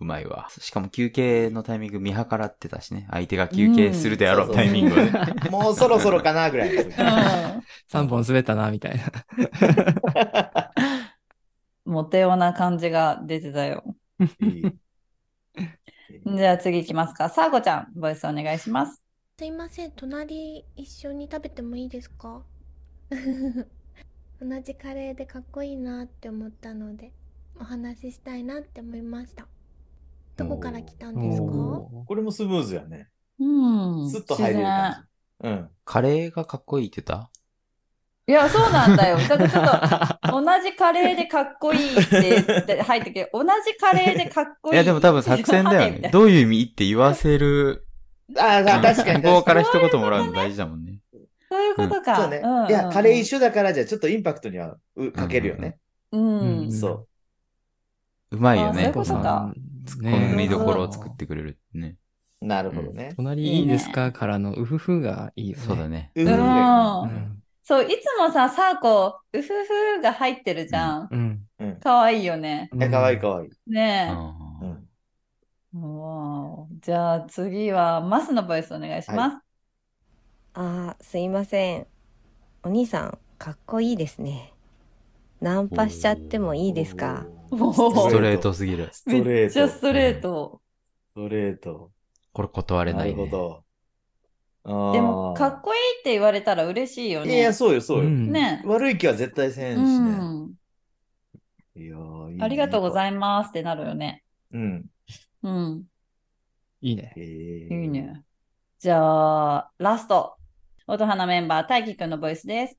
Speaker 7: うまいわ。しかも休憩のタイミング見計らってたしね。相手が休憩するであろうタイミングをね。
Speaker 6: もうそろそろかなぐらい。
Speaker 4: 3本滑ったな、みたいな。
Speaker 8: モテような感じが出てたよ。 <laughs> じゃあ次いきますか。さあこちゃん、ボイスお願いします。
Speaker 11: すいません、隣一緒に食べてもいいですか <laughs> 同じカレーでかっこいいなって思ったので、お話ししたいなって思いました。どこから来たんですか
Speaker 6: これもスムーズやね。
Speaker 8: うん。
Speaker 6: スッと入れる感じ。
Speaker 7: うん。カレーがかっこいいって言っ
Speaker 8: いや、そうなんだよ。だから
Speaker 7: <laughs>
Speaker 8: ちょっと、同じカレーでかっこいいって入ってきて、同じカレーでかっこ
Speaker 7: た
Speaker 8: い
Speaker 7: いや、
Speaker 8: い。
Speaker 7: でも多分作戦だよ
Speaker 6: <laughs>
Speaker 7: ね。
Speaker 8: <laughs>
Speaker 7: どういう意味って言わせる。
Speaker 6: ああ、 <laughs> 確かに。
Speaker 7: 向こうから一言もらうの大事だもんね。
Speaker 8: そういうことか。
Speaker 6: そうね
Speaker 8: んん。
Speaker 6: いや、カレー一緒だから、じゃあちょっとインパクトにはうかけるよね。
Speaker 8: うん。
Speaker 6: そう
Speaker 7: まいよね。
Speaker 8: あそういうことか
Speaker 7: ツッコミどころを作ってくれるね。
Speaker 6: なるほどね。
Speaker 4: 隣いいですかからのうふふがいいよね。そう
Speaker 7: だね。
Speaker 8: うん。そう、いつもさ、サーコ、うふふが入ってるじゃん。
Speaker 4: うん。
Speaker 6: うん。
Speaker 8: かわいいよね。
Speaker 6: いや、かわいいかわいい。
Speaker 8: ね
Speaker 6: う
Speaker 8: え。もう、じゃあ次は、マスのボイスお願いします。
Speaker 2: あーすいませんお兄さんかっこいいですねナンパしちゃってもいいですか
Speaker 7: ストレートすぎる。
Speaker 6: ストレート。
Speaker 8: ストレート。
Speaker 6: ストレート。
Speaker 7: これ断れない
Speaker 6: な
Speaker 7: ね
Speaker 6: る。ほど。
Speaker 8: でも、か
Speaker 6: こ
Speaker 8: っこいいって言われたら嬉しいよね。
Speaker 6: いや、そうよ、そうよ。
Speaker 8: ね
Speaker 6: 悪い気は絶対せんし
Speaker 8: う
Speaker 6: ね。
Speaker 8: ん。
Speaker 6: いやーいいね
Speaker 8: ありがとうございますってなるよね。
Speaker 6: うん。
Speaker 8: うん。
Speaker 4: いいね。
Speaker 8: いいね。じゃあ、ラスト。音花メンバー、大輝くんのボイス
Speaker 6: <laughs>
Speaker 8: です。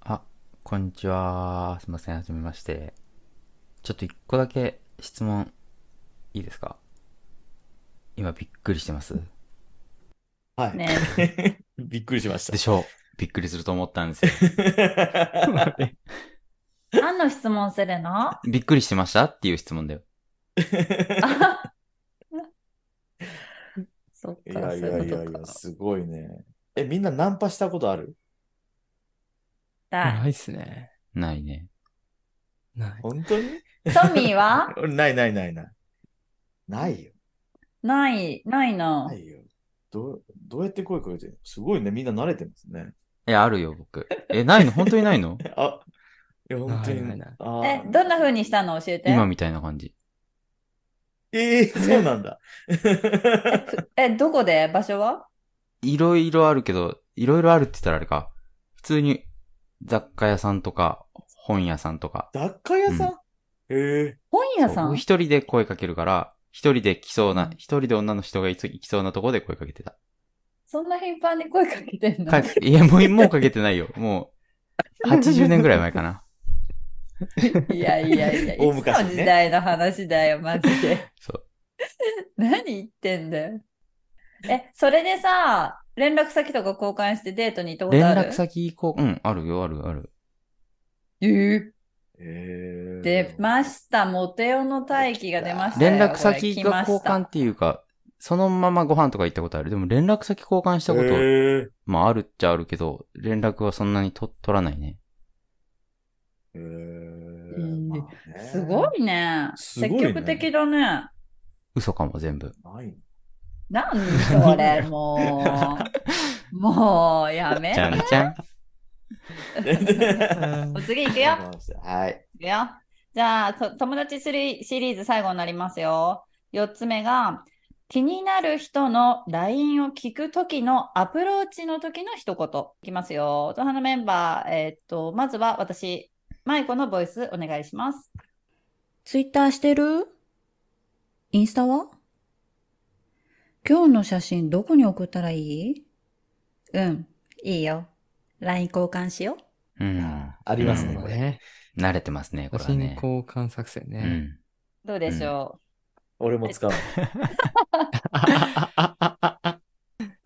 Speaker 7: あ、こんにちは。すいません、はじめまして。ちょっと一個だけ質問いいですか今びっくりしてます
Speaker 6: はい。
Speaker 8: ね
Speaker 6: <laughs> びっくりしました。
Speaker 7: でしょう。びっくりすると思ったんで
Speaker 6: <laughs>
Speaker 7: すよ。
Speaker 8: 何の質問するの
Speaker 7: びっくりしてましたっていう質問だよ。
Speaker 8: そっ
Speaker 6: い
Speaker 8: か、
Speaker 6: や
Speaker 8: そう
Speaker 6: いや
Speaker 8: い
Speaker 6: いうや
Speaker 8: こ
Speaker 6: い
Speaker 8: とか
Speaker 6: や、。すごいね。え、みんなナンパしたことある
Speaker 8: だ
Speaker 4: ないっすね。
Speaker 7: ないね。
Speaker 4: ない。
Speaker 6: 本当に
Speaker 8: トミーは
Speaker 6: <laughs> ないないないない。ないよ。
Speaker 8: ない、ないな。
Speaker 6: ないよ。どう、どうやって声かけてるのすごいね。みんな慣れてますね。
Speaker 7: え、あるよ、僕。え、ないの本当にないの
Speaker 6: <laughs> あ、いや、本当に。あ
Speaker 8: え、どんな風にしたの教えて。
Speaker 7: 今みたいな感じ。
Speaker 6: ええそうなんだ。
Speaker 8: え、どこで場所はい
Speaker 7: ろいろあるけど、いろいろあるって言ったらあれか。普通に雑貨屋さんとか、本屋さんとか。
Speaker 6: 雑貨屋さん、へえ。
Speaker 8: 本屋さ
Speaker 7: 僕
Speaker 8: ん
Speaker 7: 一人で声かけるから、一人で来そうな、一人で女の人がいつ行きそうなとこで声かけてた。
Speaker 8: そんな頻繁に声かけてんの
Speaker 7: かいや、もう、もうかけてないよ。もう、80年ぐらい前か
Speaker 8: <laughs>
Speaker 7: な。
Speaker 8: いやいやいや、
Speaker 7: <laughs>
Speaker 8: い
Speaker 7: 大
Speaker 8: つ
Speaker 7: 昔ね
Speaker 8: <laughs> の時代の話だよ、マジで。
Speaker 7: そう。
Speaker 8: 何言ってんだよ。え、それでさ、連絡先とか交換してデートに行ったこと
Speaker 7: 連
Speaker 8: ある
Speaker 7: 絡先行こう。うん、あるよ、あるある。
Speaker 8: え
Speaker 6: ー、
Speaker 8: 出ました。モテオの大輝が出ましたよ。
Speaker 7: <laughs> 連絡先
Speaker 8: これ来
Speaker 7: が
Speaker 8: ま
Speaker 7: 交
Speaker 8: した
Speaker 7: 換っていうか、そのままご飯とか行ったことある。でも連絡先交換したこと、
Speaker 6: へー
Speaker 7: まああるっちゃあるけど、連絡はそんなにと取らないね。
Speaker 8: すご
Speaker 7: すごい
Speaker 8: いね。
Speaker 7: ね
Speaker 8: 積極的だね。
Speaker 7: 嘘かも、全部。
Speaker 8: なん
Speaker 7: <laughs>
Speaker 8: それ、もう。もう、やめ
Speaker 7: じゃんじゃ
Speaker 6: <laughs>
Speaker 7: ん。
Speaker 8: お次行くよ。
Speaker 6: はい。
Speaker 8: いくよ。じゃあ、と友達シリシリーズ最後になりますよ。4つ目が、気になる人の LINE を聞くときのアプローチの時の一言。いきますよ。音羽のメンバー、えーっと、まずは私、舞子のボイスお願いします。
Speaker 3: ツイッターしてるインスタは今日の写真どこに送ったらいいうん、いいよ。LINE 交換しよう。
Speaker 7: うん。
Speaker 6: ありますね
Speaker 7: うん
Speaker 6: こ
Speaker 7: 慣れてますね、これは
Speaker 4: 進
Speaker 7: ね。
Speaker 4: 行観作戦ね。
Speaker 8: どうでしょ
Speaker 6: 俺も <laughs> 使う。
Speaker 8: う、
Speaker 6: イ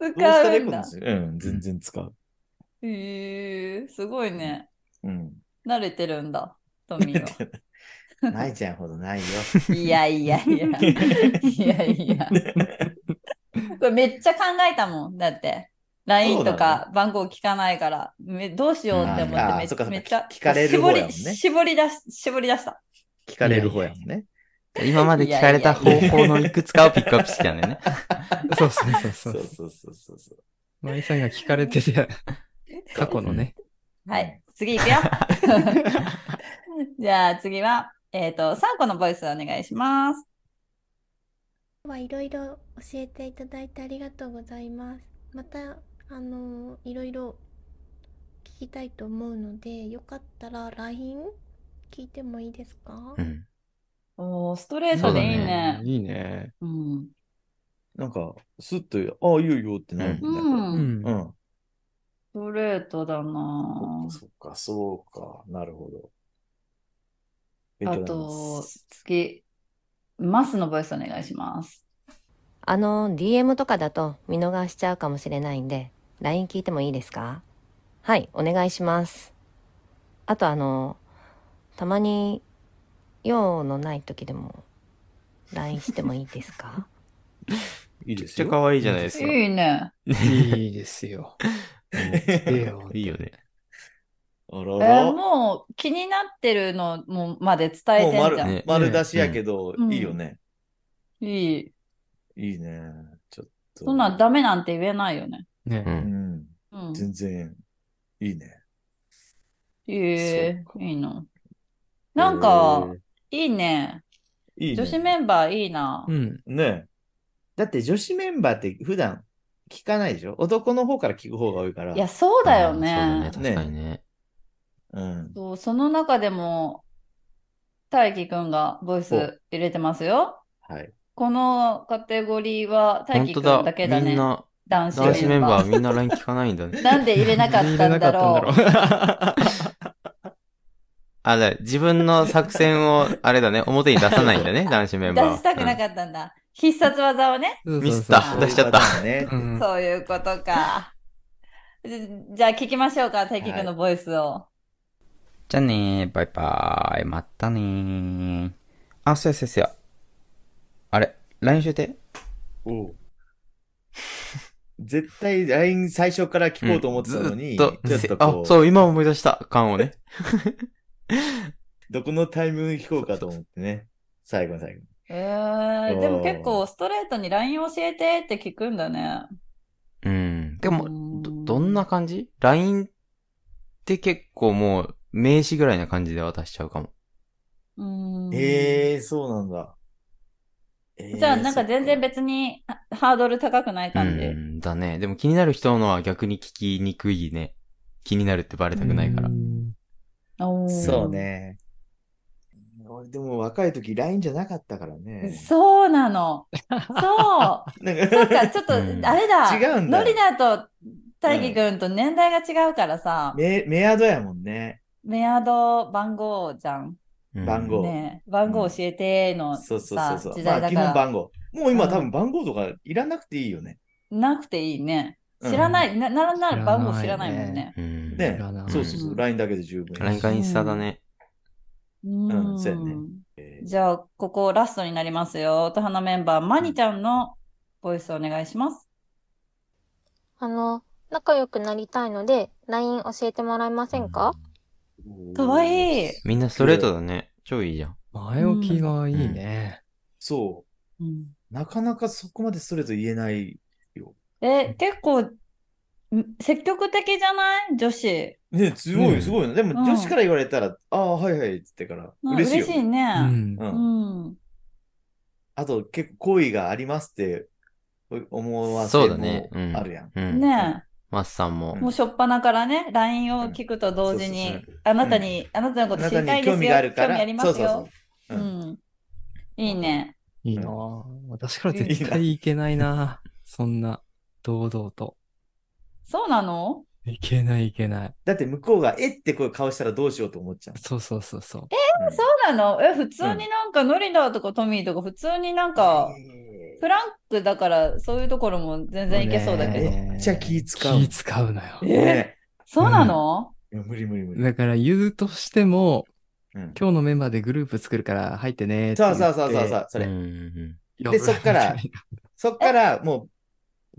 Speaker 6: ンスタ
Speaker 8: 使
Speaker 6: で
Speaker 8: うんだ。
Speaker 6: うん、全然使う。
Speaker 8: えー、すごいね。
Speaker 6: うん。
Speaker 8: 慣れてるんだ、トミーは。
Speaker 6: ないちゃんほどないよ。
Speaker 8: いやいやいや。いやい
Speaker 6: <laughs>
Speaker 8: や。これめっちゃ考えたもん。だって。LINE
Speaker 6: そ
Speaker 8: と
Speaker 6: うだ
Speaker 8: か番号聞かないから、めどうしようって思っ
Speaker 6: う
Speaker 8: て
Speaker 6: んあー
Speaker 8: めっ
Speaker 6: そっかそっか
Speaker 8: めっちゃ
Speaker 6: 聞かれる方やもんね
Speaker 8: 絞り絞り出し絞り出した。
Speaker 6: 聞かれる方やもんね。
Speaker 7: 今まで聞かれた方法のいくつかをピックアップしてたんだよね。
Speaker 4: そうそうそうそう
Speaker 6: そうそうそうそうそう。
Speaker 4: マイさんが聞かれてて、過去のね。
Speaker 8: はい。次
Speaker 6: <laughs>
Speaker 8: いくよ。じゃあ次は、えっ、と、3個のボイスお願いします。
Speaker 11: はいろいろ教えていただいてありがとうございます。また、あのいろいろ聞きたいと思うので、よかったら LINE 聞いてもいいですか、
Speaker 8: おーストレートでいいね。
Speaker 6: いいね。
Speaker 8: うん。
Speaker 6: なんか、スッと、ああ、いいよいいよってなるもんね。。
Speaker 8: うんストレートだなぁ
Speaker 6: そっか、そうか。なるほど。
Speaker 8: あと、次、マスのボイスお願いします。
Speaker 16: あの、DM とかだと見逃しちゃうかもしれないんで、LINE 聞いてもいいですかはい、お願いします。あとあの、たまに、用のない時でも、LINE してもいいですか
Speaker 6: いいです
Speaker 7: よめっちゃ可愛いじゃないですか
Speaker 8: いいね。
Speaker 4: いいです
Speaker 7: <laughs>
Speaker 4: よ。
Speaker 7: いいよね。
Speaker 6: あ
Speaker 8: え
Speaker 6: ら
Speaker 8: ー
Speaker 6: ら。
Speaker 8: もう気になってるのもまで伝え
Speaker 6: もう
Speaker 8: てんじゃん。
Speaker 6: 丸、丸出しやけど
Speaker 8: う、ん
Speaker 6: いいよね。
Speaker 8: いい。
Speaker 6: いいね。ちょっと。
Speaker 8: そんなんダメなんて言えないよね。
Speaker 4: ね。
Speaker 6: うん。
Speaker 8: うん。
Speaker 6: 全然、いいね。
Speaker 8: ええいいの。なんか、いいね。
Speaker 6: いいね
Speaker 8: 女子メンバーいいな。
Speaker 4: うん。
Speaker 6: ねえだって女子メンバーって普段聞かないでしょ男の方から聞く方が多いから。
Speaker 8: いや、そうだよ
Speaker 7: うん
Speaker 8: ね。
Speaker 7: そうだね確かにね
Speaker 6: うん。
Speaker 8: そうその中でも、大輝くんがボイス入れてますよ。
Speaker 6: はい。
Speaker 8: このカテゴリーは大
Speaker 7: 本
Speaker 8: 輝
Speaker 7: 当
Speaker 8: くん
Speaker 7: だ。
Speaker 8: だけだ
Speaker 7: み
Speaker 8: ね。
Speaker 7: んな、
Speaker 8: 男子
Speaker 7: 男子メンバーみん
Speaker 8: な。
Speaker 7: な LINE 聞かないんだね。
Speaker 8: なんで入れなかったんだ
Speaker 7: <laughs>
Speaker 8: ろう。
Speaker 7: あ、だから自分の作戦を、あれだね、表に出さないんだ
Speaker 8: <laughs>
Speaker 7: ね、男子メン
Speaker 8: 出
Speaker 7: バーは。
Speaker 8: したくなかったんだ。必殺技をね。
Speaker 7: ミスった。出しちゃった。
Speaker 8: そういうことか。じじゃあ聞きましょうか、大輝くんのボイスを。
Speaker 7: じゃあねー、バイバーイ。またねー。あ、そうやそうやそうや。あれ ?LINE してて
Speaker 6: おう絶対 LINE 最初から聞こうと思ってたのに、
Speaker 7: ずっと
Speaker 6: ちょっとこ
Speaker 7: あ、
Speaker 6: う、
Speaker 7: そう、今思い出した。感をね。
Speaker 6: どこのタイミングで聞こうかと思ってね。最後の最後に。
Speaker 8: えー、でも結構ストレートに LINE 教えてって聞くんだね。
Speaker 7: うん。でも、ど、どんな感じ ?LINE って結構もう、名詞ぐらいな感じで渡しちゃうかも。
Speaker 6: ええー、そうなんだ。えー
Speaker 8: じゃあなんか全然別にあハードル高くない感じ。
Speaker 7: うん、だね。でも気になる人のは逆に聞きにくいね。気になるってバレたくないから。
Speaker 8: おー
Speaker 6: そう。ね。俺でも若い時 LINE じゃなかったからね。
Speaker 8: そうなの。そう。そっか、ちょっと、あれだ。
Speaker 6: 違うんだよ
Speaker 8: ノリだと、大輝くんと年代が違うからさ、
Speaker 6: メメアドやもんね。
Speaker 8: メアド番号じゃん。
Speaker 6: 番号。
Speaker 8: ねえ番号教えての
Speaker 6: そうそう
Speaker 8: さ
Speaker 6: そうそう。
Speaker 8: 時
Speaker 6: ま
Speaker 8: 代
Speaker 6: あ
Speaker 8: だ
Speaker 6: 基
Speaker 8: から。
Speaker 6: 本番号。もう今多分番号とかいらなくていいよね。
Speaker 8: なくていいね。
Speaker 6: うん
Speaker 8: 知らない、なならなら番号知らないもんね。
Speaker 7: うん
Speaker 6: ね
Speaker 7: 知らない
Speaker 6: そうそうそう、LINE だけで十分。
Speaker 7: LINE かインスタだね。
Speaker 6: うん、そうやね。
Speaker 8: じゃあ、ここラストになりますよ。音花メンバー、まにちゃんのボイスお願いします。
Speaker 17: あの、仲良くなりたいので、LINE 教えてもらえませんか
Speaker 8: かわいい。
Speaker 7: みんなストレートだね。超いいじゃん。
Speaker 4: 前置きがいいね。
Speaker 6: そう、なかなかそこまでストレート言えないよ。
Speaker 8: え、結構、ん積極的じゃない女子。
Speaker 6: ね、すご
Speaker 8: うん
Speaker 6: い、すごいな。でも、
Speaker 8: うん
Speaker 6: 女子から言われたら、ああ、はいはい、っつってから、
Speaker 8: うん
Speaker 6: 嬉しいよ。
Speaker 8: 嬉しいね
Speaker 6: うん。
Speaker 8: う
Speaker 6: うん
Speaker 8: ん。
Speaker 6: あと、結構、好意がありますって思わせ
Speaker 7: そうだ
Speaker 6: も
Speaker 7: ね。うん。
Speaker 6: あるやん。
Speaker 7: うん。
Speaker 8: ね
Speaker 7: マスさんも。
Speaker 8: もうしょっぱなからね、LINE を聞くと同時に、あなたに、あなたのこと知りたいですよ。
Speaker 4: あなたに興味があるから
Speaker 8: 興味ありますよ。
Speaker 4: そうそうそう
Speaker 8: う。
Speaker 4: うん
Speaker 8: いいね。
Speaker 4: いいなぁ私から絶対いけないなぁ <laughs> そんな、堂々と。
Speaker 8: そうなの
Speaker 4: いけないいけない。
Speaker 6: だって、向こうが、えってこういう顔したらどうしようと思っちゃう。
Speaker 4: そうそうそうそう。
Speaker 8: えーそうなのえ、普通になんか、ノリだとかトミーとか、普通になんか、フランクだから、そういうところも全然いけそうだけど。
Speaker 6: めっちゃ気使う。
Speaker 4: 気使うのよ。
Speaker 6: ね
Speaker 8: そうなの
Speaker 6: いや無理無理無理。
Speaker 4: だから言うとしても、今日のメンバーでグループ作るから入ってねーって言って。
Speaker 6: そうそうそうそうそうそれ
Speaker 4: 呼ぶ
Speaker 6: で、そっから
Speaker 4: みたいな、
Speaker 6: そっから、もう、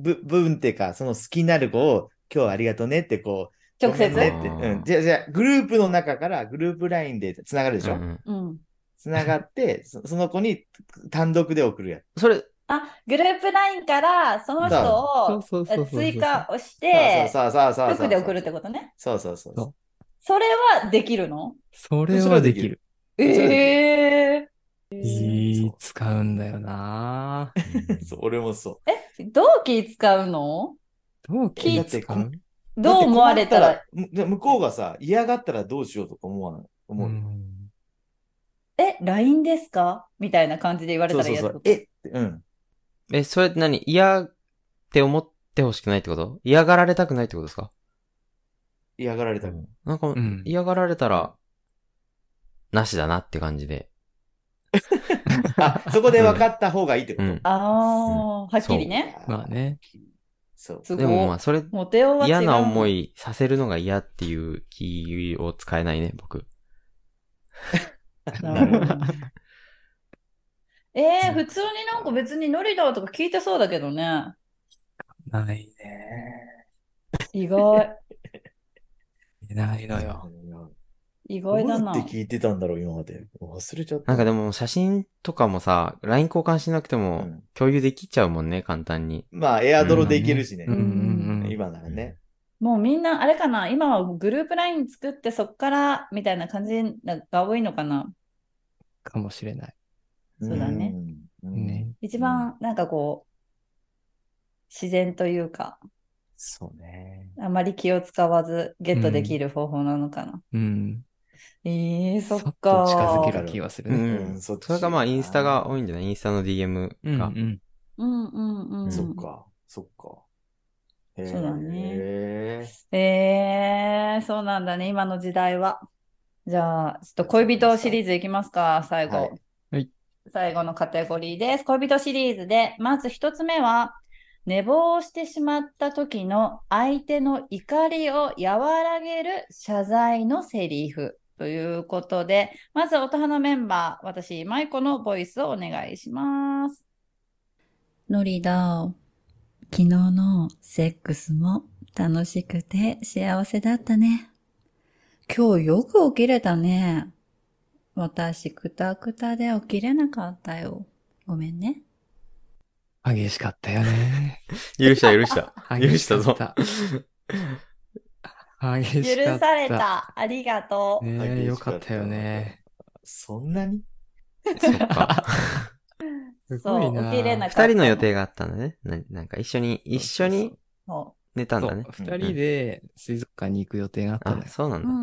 Speaker 6: ぶ、ぶんっていうか、その好きになる子を、今日はありがとうねって、こう、
Speaker 8: 直接
Speaker 6: ごめんねって。うん。じゃあじゃあグループの中から、グループラインでつながるでしょ
Speaker 8: うん。
Speaker 6: つながって、そその子に単独で送るやつ。
Speaker 7: それ、
Speaker 8: あ、グループ LINE から、その人を
Speaker 6: そうそうそうそうそう
Speaker 8: 追加をして、
Speaker 6: そうそうそうそうそう
Speaker 8: フックで送るってことね。
Speaker 6: そうそうそうそう。
Speaker 8: それはできるの
Speaker 4: それはできる。
Speaker 8: ええ
Speaker 4: いい使うんだよなぁ
Speaker 6: <laughs> そう俺もそ
Speaker 8: どう気使うの
Speaker 4: う。どう
Speaker 6: だってこ
Speaker 8: どう思われたら
Speaker 6: だって困ったらむ向こうがさ、嫌がったらどうしようとか思わない。思う。
Speaker 8: え、LINE ですかみたいな感じで言われ
Speaker 7: そ
Speaker 8: た
Speaker 7: う
Speaker 8: ら
Speaker 7: そうそ
Speaker 8: 嫌だ
Speaker 7: う。
Speaker 8: と。
Speaker 6: え、うん。
Speaker 7: え、それって何嫌って思ってほしくないってこと嫌がられたくないってことですか
Speaker 6: 嫌がられたも
Speaker 7: なんか、嫌がられたら、なしだなって感じで。
Speaker 6: <laughs> あ、そこで分かった方がいいってこと。
Speaker 8: ああ、はっきりね。
Speaker 4: まあね。
Speaker 6: そう。
Speaker 8: すごい
Speaker 7: でもまあ、それ
Speaker 8: モテ男は違う
Speaker 7: 嫌な思いさせるのが嫌っていう気を使えないね、僕。
Speaker 8: なるほど。えー、普通になんか別にノリだとか聞いてそうだけどね。
Speaker 4: ないね。
Speaker 8: 意外。
Speaker 4: いないのよ。
Speaker 8: 意
Speaker 6: どう
Speaker 8: 外
Speaker 6: や
Speaker 8: だな。
Speaker 6: って聞いてたんだろう、今まで。忘れちゃった。
Speaker 7: <laughs> なんかでも写真とかもさ、LINE 交換しなくても共有できちゃうもんね、簡単に。
Speaker 6: まあ、エアドロでいけるしね。
Speaker 7: うん
Speaker 6: 今ならね。
Speaker 8: もうみんな、あれかな、今はグループライン作ってそっからみたいな感じが多いのかな。
Speaker 4: かもしれない。
Speaker 8: そうだね。
Speaker 4: ね。
Speaker 8: 一番なんかこう、自然というか、
Speaker 6: そうね。
Speaker 8: あまり気を使わずゲットできる方法なのかな。
Speaker 4: うん。
Speaker 8: えー、そっ
Speaker 4: そっ
Speaker 8: か。
Speaker 4: と近づける気はするね。
Speaker 7: うん。それがまあ、インスタが多いんじゃないインスタの DM が。
Speaker 8: うんうんうん。
Speaker 7: そ
Speaker 6: そっか、そっか。へ
Speaker 8: そうだ
Speaker 6: ね。
Speaker 8: えー、そうなんだね、今の時代は。じゃあ、ちょっと恋人シリーズいきますか、最後。
Speaker 4: はい。
Speaker 8: 最後のカテゴリーです。恋人シリーズで、まず一つ目は、寝坊してしまった時の相手の怒りを和らげる謝罪のセリフということで、まず音花メンバー、私、舞子のボイスをお願いします。
Speaker 3: ノリだ。昨日のセックスも楽しくて幸せだったね。今日よく起きれたね。私、くたくたで起きれなかったよ。ごめんね。
Speaker 4: 激しかったよ
Speaker 6: <laughs>
Speaker 4: ね。
Speaker 7: 許した許した許したぞ
Speaker 4: 激かった。激
Speaker 8: 許
Speaker 4: しかった。
Speaker 8: され。た。ありがとう。
Speaker 4: ねえ、よかったよね。
Speaker 6: そんなに
Speaker 8: そう、
Speaker 7: ごい
Speaker 8: 起きれなかった。
Speaker 7: 二人の予定があったんだね。ななんか一緒に、一緒に
Speaker 8: そ
Speaker 7: 寝たんだね。
Speaker 4: そう二人で水族館に行く予定があったのよ。
Speaker 7: そうなんだ。
Speaker 8: う。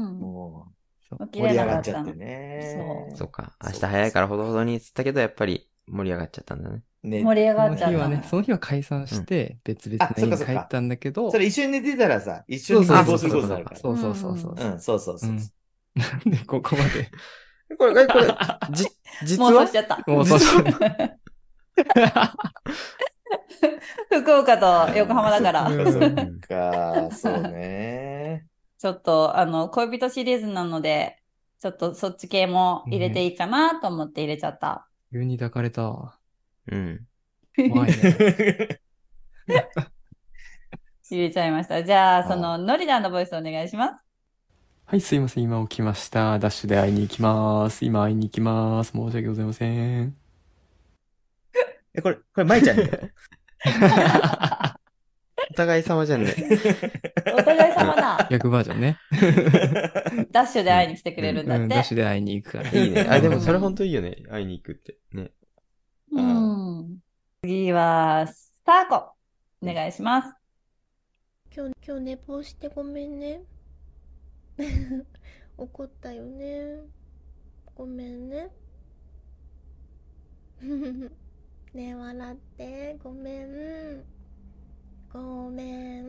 Speaker 8: 起き
Speaker 6: 盛
Speaker 8: れ
Speaker 6: り
Speaker 8: な
Speaker 6: 上
Speaker 8: か
Speaker 6: が
Speaker 8: っ
Speaker 6: っち
Speaker 8: た
Speaker 6: ゃっ
Speaker 8: の
Speaker 6: てね。
Speaker 7: そっか。明日早いからほどほどにっつったけど、やっぱり盛り上がっちゃったんだね。
Speaker 6: ね
Speaker 8: 盛り上がっちゃ
Speaker 4: そ
Speaker 8: った
Speaker 4: の日はね、その日は解散して、別々
Speaker 6: あ、
Speaker 4: の
Speaker 6: そっ
Speaker 4: 家
Speaker 6: か
Speaker 4: に
Speaker 6: そっ
Speaker 4: 帰っ
Speaker 6: か。
Speaker 4: たんだけど、
Speaker 6: それ一緒に寝てたらさ、一緒に寝坊することになるから。
Speaker 4: そうそうそうそう。
Speaker 6: うん、そうそうそう。
Speaker 4: なんで <laughs> ここま
Speaker 6: <laughs>
Speaker 4: で。
Speaker 7: これ、
Speaker 8: <laughs>
Speaker 7: これ、じ、
Speaker 8: 妄想しちゃった。
Speaker 4: 妄想しちゃっ
Speaker 8: <laughs> 福岡と横浜だから。
Speaker 6: そっか、そうね。
Speaker 8: ちょっと、あの、恋人シリーズなので、ちょっとそっち系も入れていいかなと思って入れちゃった。
Speaker 4: 急に抱かれたわ。 <laughs>
Speaker 7: うん。
Speaker 4: 怖いね。
Speaker 8: 入れちゃいました。じゃあ、その、ノリダのボイスお願いします。
Speaker 10: はい、すいません。今起きました。ダッシュで会いに行きます。今会いに行きます。申し訳ございません。
Speaker 6: え、これ、これ、舞ちゃんだよ。
Speaker 4: <laughs>
Speaker 7: お互い様じゃんね。
Speaker 8: お互い様だ。
Speaker 4: <laughs> 逆バージョンね。
Speaker 8: <laughs> ダッシュで会いに来てくれるんだ
Speaker 4: う
Speaker 8: っ
Speaker 4: ん、ダッ
Speaker 8: て。
Speaker 4: シュで会いに行くから。
Speaker 7: いいね。あ、でもそれ本当いいよね。会いに行くって。ね。
Speaker 8: うん。次は、スターコ。お願いします。
Speaker 11: 今日、今日寝坊してごめんね。 <laughs> 怒ったよね。ごめんね。 <laughs> ねえ、笑って。ごめん。ごめん。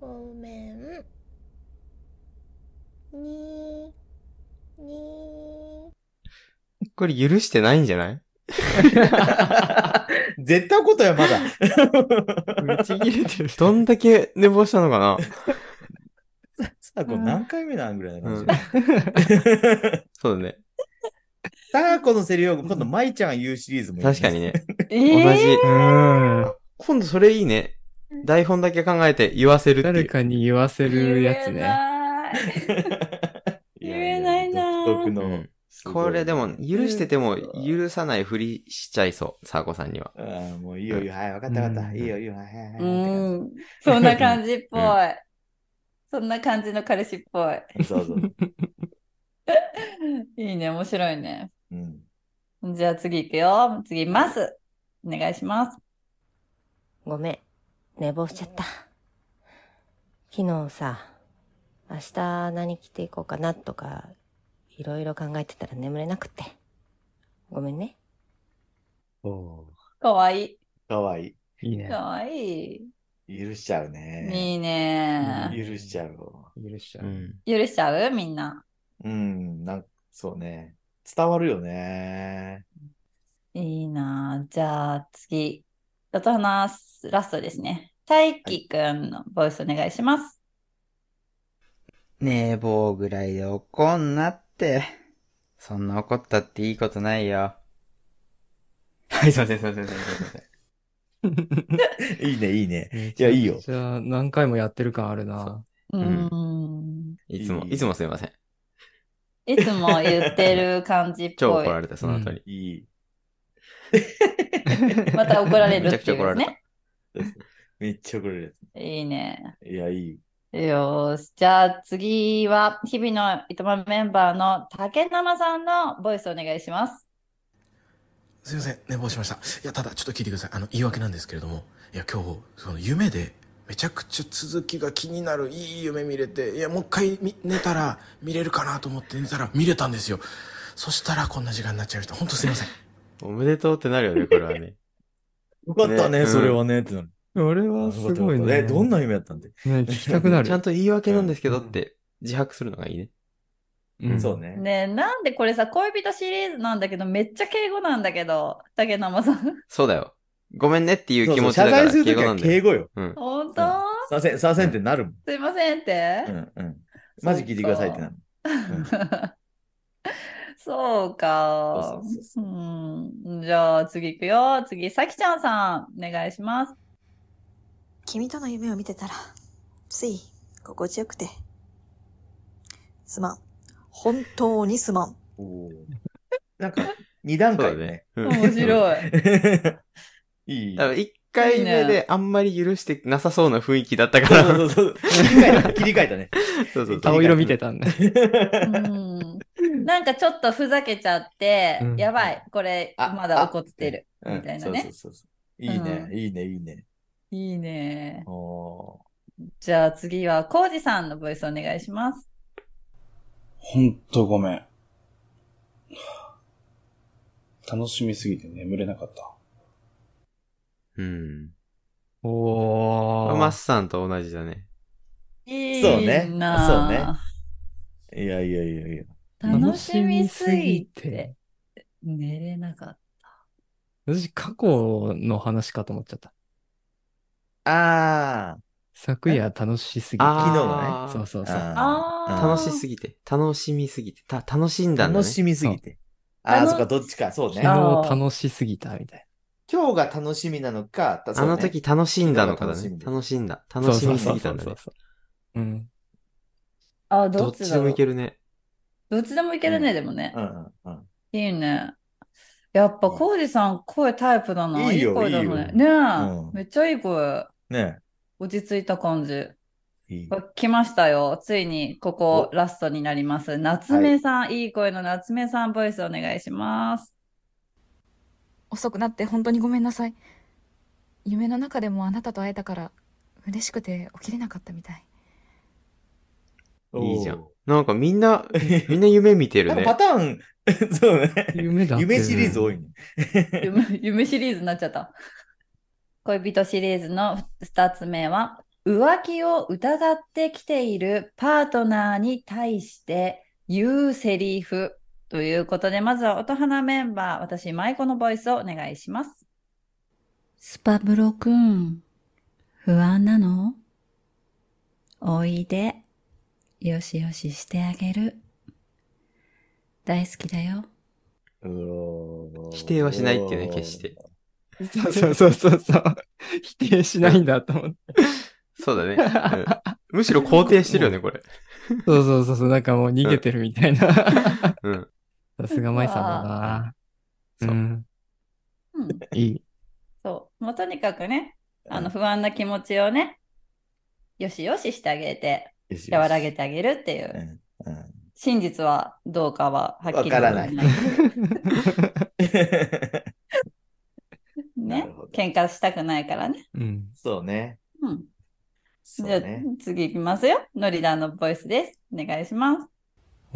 Speaker 11: ごめん。にー、に
Speaker 7: これ許してないんじゃない
Speaker 6: 絶対ことよ、まだ。
Speaker 7: 打ち切れてる。どんだけ寝坊したのか <laughs> な
Speaker 6: さあ、これ何回目なんぐらいな感じ。
Speaker 7: <laughs> そうだね。
Speaker 6: さあ、このセリフを今度、舞ちゃんが言うシリーズもいい
Speaker 7: 確かにね。
Speaker 8: 同
Speaker 7: じ。
Speaker 4: うん。
Speaker 7: 今度それいいね。台本だけ考えて言わせるっていう。誰
Speaker 4: かに言わせるやつね。
Speaker 8: 言えないな
Speaker 6: 独特の
Speaker 7: これでも、許してても許さないふりしちゃいそう、サーコさんには。
Speaker 6: うん、もういいよ、いいよ、はい、わかったわかった。いいよ、いいよ、はい、はい。
Speaker 8: うん。そんな感じっぽい。そんな感じの彼氏っぽい。
Speaker 6: そうそう。
Speaker 8: いいね、面白いね。
Speaker 6: うん。
Speaker 8: じゃあ次行くよ。次、ます。お願いします。
Speaker 16: ごめん。寝坊しちゃった。昨日さ、明日何着ていこうかなとか、いろいろ考えてたら眠れなくって。ごめんね。
Speaker 6: お
Speaker 8: かわいい。
Speaker 6: かわい
Speaker 4: い。いい
Speaker 8: かわいい。
Speaker 6: 許しちゃうね。
Speaker 8: いいね。
Speaker 6: 許しちゃうわ。
Speaker 4: 許しちゃ
Speaker 6: う。
Speaker 8: 許しちゃうみんな。
Speaker 6: うん、なんそうね。伝わるよね。
Speaker 8: いいな。じゃあ次。だと話すラストですね。大輝くんのボイスお願いします。
Speaker 7: 寝坊ぐらいで怒んなって。そんな怒ったっていいことないよ。はい、すいません、すいません、すいませんすいません。
Speaker 6: いいね、いいね。
Speaker 4: じゃあいいよ。じゃあ何回もやってる感あるな。
Speaker 8: うん。
Speaker 7: いつも、いつもすいません。
Speaker 8: いつも言ってる感じっぽい。
Speaker 7: 超怒られた、その後に。
Speaker 6: いい。
Speaker 8: また怒られ
Speaker 7: め
Speaker 8: るっ
Speaker 7: ちゃく
Speaker 8: て
Speaker 7: ちゃ
Speaker 8: い
Speaker 7: 怒ら
Speaker 8: う
Speaker 7: れ
Speaker 8: ね。
Speaker 7: た。
Speaker 6: <laughs> めっちゃ怒られる
Speaker 8: いいね。
Speaker 6: やつ。いや、いい。
Speaker 8: よーし。じゃあ次は、日々のいとまメンバーの竹生さんのボイスお願いします。
Speaker 14: すいません、寝坊しました。いや、ただ、ちょっと聞いてください。あの、言い訳なんですけれども、いや、今日、その、夢で、めちゃくちゃ続きが気になる、いい夢見れて、いや、もう一回み寝たら、見れるかなと思って寝たら、見れたんですよ。そしたら、こんな時間になっちゃいました。ほんとすいま
Speaker 6: <laughs>
Speaker 14: せん。
Speaker 7: おめでとうってなるよね、これはね。
Speaker 6: よかったね、
Speaker 7: うん
Speaker 6: それはね、ってなる。
Speaker 4: 俺はすごいね。
Speaker 6: え、どんな夢だったんで。
Speaker 4: ね聞きたくなる
Speaker 7: ちゃんと言い訳なんですけどって、自白するのがいいね。
Speaker 4: うん
Speaker 6: そうね。
Speaker 8: ねえ、なんでこれさ、恋人シリーズなんだけど、めっちゃ敬語なんだけど、竹生さん。
Speaker 7: そうだよ。ごめんねっていう気持ち
Speaker 6: そう
Speaker 7: だか
Speaker 6: そう謝罪
Speaker 7: ら
Speaker 6: する
Speaker 7: 敬
Speaker 6: とき
Speaker 7: 語な
Speaker 6: は
Speaker 7: んだよ。
Speaker 6: 敬語よ。
Speaker 7: うん。
Speaker 8: 本当
Speaker 6: すいません、すいませんってなるもん。
Speaker 8: すいませんって
Speaker 6: う。ん、うん。マジ聞いてくださいってなる。
Speaker 8: そうか。うん。じゃあ次行くよ。次、さきちゃんさん、お願いします。
Speaker 13: 君との夢を見てたら、つい、心地よくて。すまん。本当にすまん。
Speaker 6: なんか、二段階ね。
Speaker 7: <laughs>
Speaker 8: 面白い。
Speaker 6: いい。
Speaker 7: だから一回目であんまり許してなさそうな雰囲気だったから。
Speaker 6: そうそう
Speaker 7: <laughs>
Speaker 6: そう。切り替えたね。
Speaker 7: そうそうそう。
Speaker 4: 青色見てたんだ。
Speaker 8: <laughs> なんかちょっとふざけちゃって、
Speaker 4: うん
Speaker 8: やばい、これ、まだ怒ってる。みたいな
Speaker 6: う
Speaker 8: ね
Speaker 6: ん。そうそうそう。いいね、いいね、いいね。
Speaker 8: いいね。
Speaker 6: お
Speaker 8: じゃあ次は、コウジさんのボイスお願いします。
Speaker 5: ほんとごめん。楽しみすぎて眠れなかった。
Speaker 7: うん。
Speaker 4: お
Speaker 7: マスさんと同じだね。
Speaker 8: い
Speaker 6: そうね。
Speaker 8: いな
Speaker 6: そうね。いやいやいやいや。
Speaker 8: 楽しみすぎて、寝れなかっ
Speaker 4: 私、過去の話かと思っちゃった。
Speaker 6: ああ。
Speaker 4: 昨夜楽しすぎて。
Speaker 6: あー
Speaker 4: そ
Speaker 6: 昨日がね
Speaker 4: うそうそう。
Speaker 6: あー
Speaker 7: 楽しすぎて。楽しみすぎて。た、楽しんだんだね。
Speaker 6: 楽しみすぎて。
Speaker 7: そう
Speaker 6: ああ、そっか、どっちか、そう
Speaker 4: 昨
Speaker 6: ね。
Speaker 4: 日楽しすぎたみたい
Speaker 6: 今日が楽しみなのか、た
Speaker 7: あの時楽しんだのかだ。
Speaker 6: そうね
Speaker 7: ね。楽しんだ。楽しみすぎたんだ
Speaker 4: そ
Speaker 7: ね
Speaker 4: う。な。うん。
Speaker 8: あ、
Speaker 7: ど
Speaker 8: ど
Speaker 7: っ
Speaker 8: っ
Speaker 7: ち
Speaker 8: ち
Speaker 7: で
Speaker 8: だ
Speaker 7: も
Speaker 8: ろ。
Speaker 7: いうけるね。
Speaker 8: どっちでもいけるね、でもね。
Speaker 6: うんうんうん。
Speaker 8: いいね。やっぱ、コウジさん、声タイプだな。
Speaker 6: い
Speaker 8: い
Speaker 6: い
Speaker 8: い
Speaker 6: よ
Speaker 8: 声だ
Speaker 6: いいよ
Speaker 8: ね。ねえ
Speaker 6: うん
Speaker 8: めっちゃいい声。
Speaker 6: ね
Speaker 8: 落ち着いた感じ。
Speaker 6: え。いい。
Speaker 8: 来ましたよ。ついに、ここ、ラストになります。夏目さん、いい声の夏目さん、ボイスお願いします。
Speaker 9: 遅くなって本当にごめんなさい夢の中でもあなたと会えたから嬉しくて起きれなかったみたい
Speaker 7: いいじゃん。なんかみ
Speaker 6: <laughs>
Speaker 7: んな、みんな夢見てるね。
Speaker 6: パターン、 <laughs> そうね。
Speaker 4: 夢だ
Speaker 6: 夢シリーズ多いね。
Speaker 8: 夢夢シリーズになっちゃった。恋人シリーズの2つ目は、浮気を疑ってきているパートナーに対して言うセリフということで、まずは音花メンバー、私、舞子のボイスをお願いします。
Speaker 3: スパブロくん、不安なのおいで。よしよししてあげる。大好きだよ。
Speaker 7: 否定はしないっていうね、決して。
Speaker 4: そうそうそうそうそう。否定しないんだと思って。
Speaker 7: そうだね。うんむしろ肯定してるよね、これ。
Speaker 4: そうそうそうそう、なんかもう逃げてるみたいな。
Speaker 7: うん。
Speaker 4: さすが舞さんだな。うん。
Speaker 8: うん
Speaker 4: いい。
Speaker 8: そう。もうとにかくね、あの不安な気持ちをね、よしよししてあげて、
Speaker 6: よしよし
Speaker 8: 和らげてあげるっていう。真実はどうかははっきり
Speaker 6: わからない
Speaker 8: わね、喧嘩したくないからね。
Speaker 4: うん。
Speaker 6: そうね。
Speaker 8: うん。
Speaker 6: そう
Speaker 8: じゃ
Speaker 6: ね。
Speaker 8: あ次いきますよ。ノリダンのボイスです。お願いします。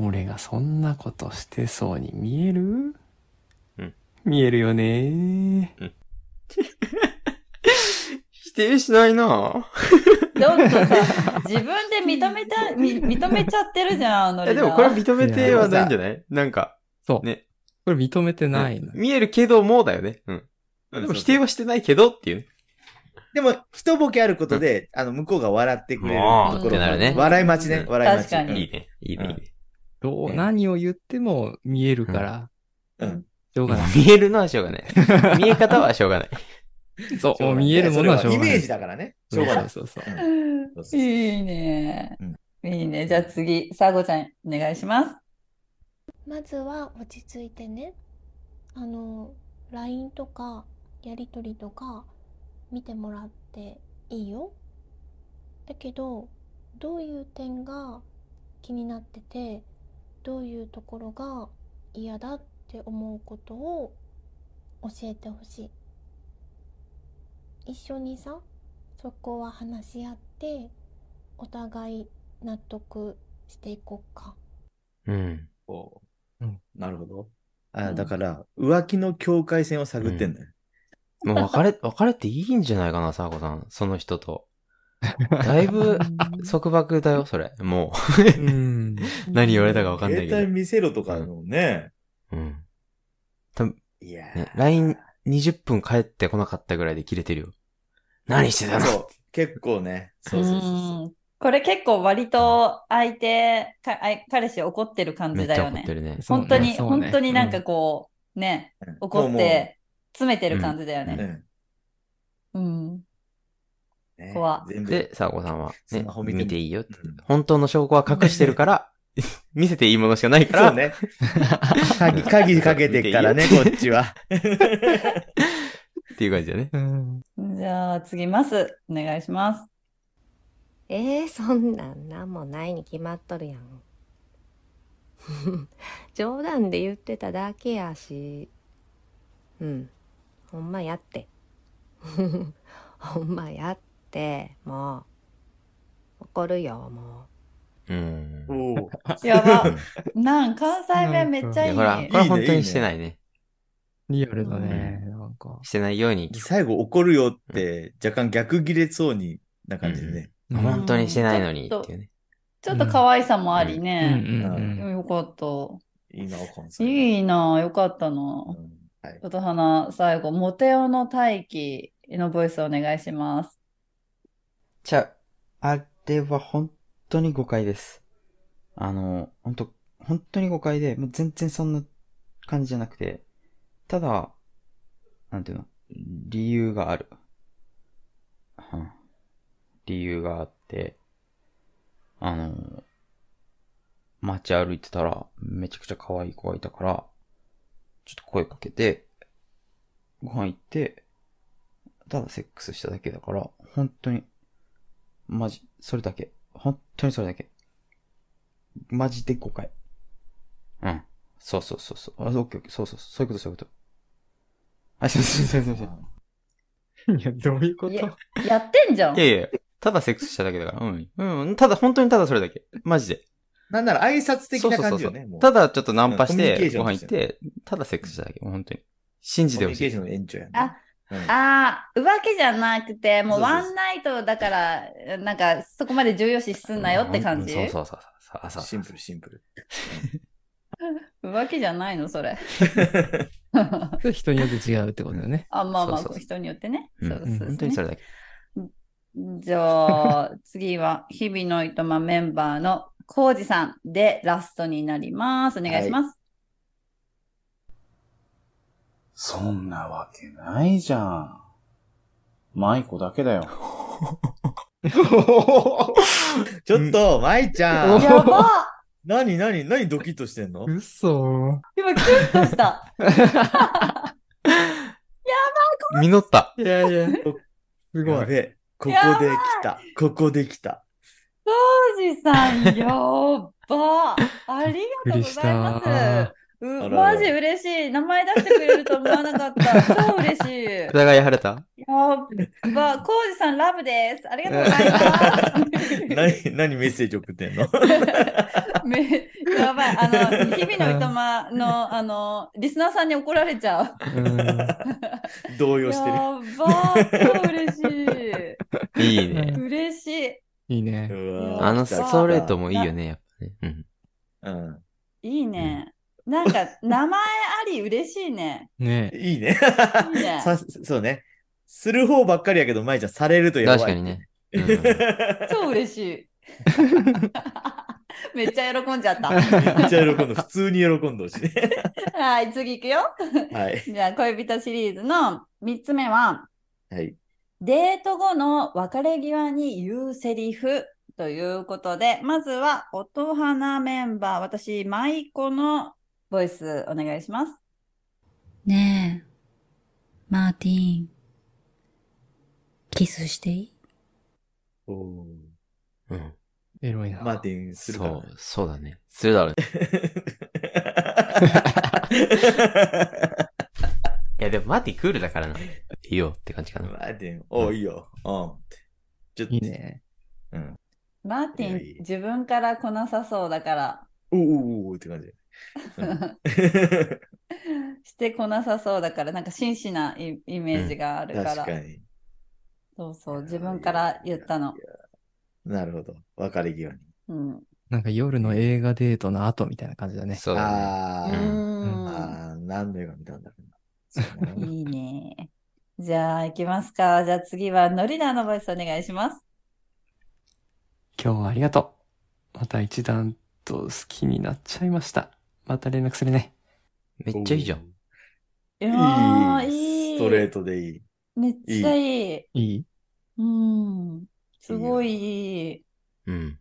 Speaker 10: 俺がそんなことしてそうに見える
Speaker 7: うん。
Speaker 10: 見えるよね
Speaker 7: うん。否定しないな
Speaker 8: ちょっとさ、自分で認めた、み認めちゃってるじゃん、ノ
Speaker 7: ぁ。い
Speaker 8: リダ
Speaker 7: や、
Speaker 8: ン。
Speaker 7: でもこれ認めてはないんじゃないなんか。
Speaker 4: そう。
Speaker 7: ね。
Speaker 4: これ認めてないの。
Speaker 7: 見えるけどもだよね。うん。でも否定はしてないけどっていうね。
Speaker 6: でも、一ボケあることで、あの、向こうが笑ってくれる
Speaker 7: も
Speaker 6: と
Speaker 7: う
Speaker 6: こ
Speaker 7: っ
Speaker 6: ろ
Speaker 7: て
Speaker 6: が
Speaker 7: なるね
Speaker 6: 笑い待ちね
Speaker 7: う、ん
Speaker 6: 笑い待ち。
Speaker 8: 確
Speaker 6: う
Speaker 8: かに
Speaker 6: ん
Speaker 7: いいね。いいね。いいね
Speaker 4: どう、何を言っても見えるから。
Speaker 6: うん。
Speaker 4: しょうがない。
Speaker 7: 見えるのはしょ
Speaker 4: <laughs>
Speaker 7: うがない。見え方はしょうがない。
Speaker 4: そう、もう見えるものはしょうがない。
Speaker 6: イメージだからね。しょうがない。
Speaker 4: そうそう
Speaker 6: そう。
Speaker 8: いいね。いいね。じゃあ次、サーゴちゃん、お願いします。
Speaker 11: まずは落ち着いてね。あの、LINE とかやりとりとか見てもらっていいよ。だけど、どういう点が気になってて、どういうところが嫌だって思うことを教えてほしい。一緒にさ、そこは話し合って、お互い納得していこうか。
Speaker 7: うん。
Speaker 6: お
Speaker 4: うん
Speaker 6: なるほど。あだから、浮気の境界線を探ってんだよ。
Speaker 7: もう別れ、別れていいんじゃないかな、サーコさん。その人と。だいぶ、束縛だよ、それ。もう。
Speaker 4: うん。
Speaker 7: 何言われたかわかんないけ
Speaker 6: 携
Speaker 7: ど。
Speaker 6: 帯見せろとかのね。
Speaker 7: うん。多分
Speaker 6: いや
Speaker 7: ね、LINE20 分帰ってこなかったぐらいで切れてるよ。何してたの
Speaker 6: そう。結構ね。そうそうそう。
Speaker 8: うんこれ結構割と相手、かあい彼氏怒ってる感じだよ
Speaker 7: めっちゃ怒ってるね
Speaker 8: 本当に、
Speaker 7: そうねそうね
Speaker 8: 本当になんかこう、ね、怒
Speaker 7: もう
Speaker 8: っ
Speaker 7: もう
Speaker 8: て詰めてる感じだよね。
Speaker 6: ね。
Speaker 8: うん。
Speaker 6: ね
Speaker 8: 怖
Speaker 6: 全部
Speaker 7: で、サーコさんは、
Speaker 6: ス
Speaker 7: ね
Speaker 6: マホ、見て
Speaker 7: 見ていいよって。本当の証拠は隠してるから、 <laughs> 見せていいものしかないから。
Speaker 6: そう
Speaker 7: <laughs>
Speaker 6: ね。鍵、鍵かけてっからね、
Speaker 7: 見ていい
Speaker 6: こっ
Speaker 7: よ
Speaker 6: ちは。
Speaker 7: っていう感じだね。
Speaker 8: じゃあ次、ます。お願いします。
Speaker 16: えー、そんなんなんもないに決まっとるやん。 <laughs> 冗談で言ってただけやし。うん。ほんまやって。 <laughs> ほんまやって、もう。怒るよ、も
Speaker 7: うん。
Speaker 8: <laughs> や
Speaker 16: <laughs>
Speaker 8: ば。なん、関西弁めっちゃいい。
Speaker 7: ほら、これは本当にしてないね。
Speaker 4: リアルだね。なんか。
Speaker 7: してないように。
Speaker 6: 最後怒るよって、若干逆切れそうにな感じでね。
Speaker 7: うん本当にしてないのに
Speaker 8: ちょ
Speaker 7: っ
Speaker 8: って
Speaker 7: いう
Speaker 8: と
Speaker 7: ね。
Speaker 8: ちょっと可愛さもあり
Speaker 6: うんうん
Speaker 8: ね。
Speaker 6: うん
Speaker 8: よかった。
Speaker 6: いいな、おかんさん。
Speaker 8: いいな、よかったな。ちょっと花、最後、モテオの大輝のボイスお願いします。
Speaker 7: ちゃ、あれは本当に誤解です。あの、本当本当に誤解で、もう全然そんな感じじゃなくて、ただ、なんていうの、理由がある。うん理由があって、あの、街歩いてたら、めちゃくちゃ可愛い子がいたから、ちょっと声かけて、ご飯行って、ただセックスしただけだから、本当に、マジ、それだけ。本当にそれだけ。マジで誤解。うん。そうそうそうそう。あ、オッケーオッケー。そうそうそう。そういうこと、そういうこと。あ、すいません、すいません、すいません。いや、どういうこ
Speaker 8: ややってんじゃん。
Speaker 7: いやいや、ただセックスしただけだから。うん。うん、ただ、本当にただそれだけ。マジで。
Speaker 6: なんなら挨拶的
Speaker 7: そう
Speaker 6: な
Speaker 7: そうそ
Speaker 6: 感
Speaker 7: う
Speaker 6: じよ
Speaker 7: そ
Speaker 6: ね。も
Speaker 7: う。
Speaker 6: う
Speaker 7: ただ、ちょっとナンパし
Speaker 6: うんコミュニケー
Speaker 7: て、
Speaker 6: ション
Speaker 7: ご
Speaker 6: と
Speaker 7: 飯
Speaker 6: し
Speaker 7: 行ってて、ただセックスしただけ。もう本当に。信じてほしい。コミュニケーションの延長や
Speaker 8: あ、ああ、浮気じゃなくて、もう
Speaker 7: そうそうそう
Speaker 8: ワンナイトだから、なんかそこまで重要視すんなよって感じ。
Speaker 7: そうそうそうそう。あそうシンプル、シンプル。
Speaker 8: 浮気じゃないの、それ。
Speaker 4: 人によって違うってことだよね。
Speaker 8: あ、まあまあ、
Speaker 4: そうそうそう
Speaker 8: 人によってね。
Speaker 4: うん
Speaker 8: そうそう
Speaker 4: 本当にそれだ
Speaker 7: け。
Speaker 8: じゃあ、次は、日々のいとまメンバーのコウジさんでラストになります。お願いします。
Speaker 5: そんなわけないじゃん。舞子だけだよ。
Speaker 6: <laughs> ちょっと、舞ちゃん。
Speaker 8: やば
Speaker 6: なになになにドキッとしてんの
Speaker 4: 嘘。
Speaker 8: 今、キュッとした。
Speaker 7: 実った。
Speaker 4: いやいや。
Speaker 6: す
Speaker 4: ごい。
Speaker 6: で、ここ
Speaker 8: やばい
Speaker 6: で来た。ここで来た。
Speaker 8: コウジさん、やっば。ありが
Speaker 6: びっく
Speaker 8: とうございます。
Speaker 6: りした
Speaker 8: う
Speaker 7: あら
Speaker 8: マジ嬉しい。名前出してくれると思わなかった。超嬉しい。や
Speaker 7: 疑い晴れた
Speaker 8: っば。コウジさん、ラブです。ありがとう
Speaker 6: <laughs>
Speaker 8: ございます。
Speaker 6: 何、何メッセージ送ってんの
Speaker 8: めやばい、あの、日々のいとまの、あの、リスナーさんに怒られちゃう。
Speaker 6: 動揺してる
Speaker 8: や。ばー、超嬉し
Speaker 7: いい
Speaker 8: い。
Speaker 7: ね。
Speaker 8: 嬉しい。
Speaker 4: いいね。
Speaker 7: あのストレートもいいよね、やっぱね。うん。
Speaker 6: うん。
Speaker 8: いいね。なんか、名前あり嬉しいね。
Speaker 4: ね
Speaker 6: <laughs> いいね。
Speaker 8: い
Speaker 6: <laughs>
Speaker 8: いね
Speaker 6: さそうね。する方ばっかりやけど、舞ちゃん、されるとやばい。
Speaker 7: 確かにね。
Speaker 8: 超嬉しい。 <laughs> めっちゃ喜んじゃ
Speaker 6: <laughs>
Speaker 8: った。
Speaker 6: めっちゃ喜んだ。普通に喜んでほしいね。
Speaker 8: <laughs> はい、次いくよ。 <laughs>
Speaker 6: はい
Speaker 8: じゃあ、恋人シリーズの3つ目は、
Speaker 6: はい。
Speaker 8: デート後の別れ際に言うセリフということで、まずは音花メンバー、私、舞子のボイスお願いします。
Speaker 3: ねえ、マーティン、キスしていい
Speaker 6: おお。
Speaker 7: うん。
Speaker 4: エロいな。
Speaker 6: マーティンするか
Speaker 7: そう、そうだね。するだろうね。いや、でもマーティンクールだからな。いいよって感じかな。マ
Speaker 6: ーティン、おういいよ。うん。ちょっと。いい
Speaker 4: ね。
Speaker 6: うん。
Speaker 8: マーティン、自分から来なさそうだ
Speaker 6: <laughs>
Speaker 8: から、
Speaker 6: おうおうおうって感じ。
Speaker 8: してこなさそうだから、なんか真摯なイイメージがあるから。
Speaker 6: 確かに。
Speaker 8: そうそう、自分から言ったの。
Speaker 6: なるほど。別れ際に。
Speaker 8: うん。
Speaker 4: なんか夜の映画デートの後みたいな感じだね。
Speaker 7: そう
Speaker 6: あー、
Speaker 8: うん
Speaker 6: あー、何の映画見たんだろう
Speaker 8: <laughs> いいね。じゃあ、行きますか。じゃあ次は、ノリダーのボイスお願いします。
Speaker 10: 今日はありがとう。また一段と好きになっちゃいました。また連絡するね。
Speaker 7: めっちゃいいじゃん。
Speaker 8: いやー
Speaker 6: い
Speaker 8: い
Speaker 6: ス
Speaker 8: い。
Speaker 6: トレートでいい。
Speaker 8: めっちゃいい。
Speaker 4: いい
Speaker 8: うん。すごいいい。
Speaker 7: うん。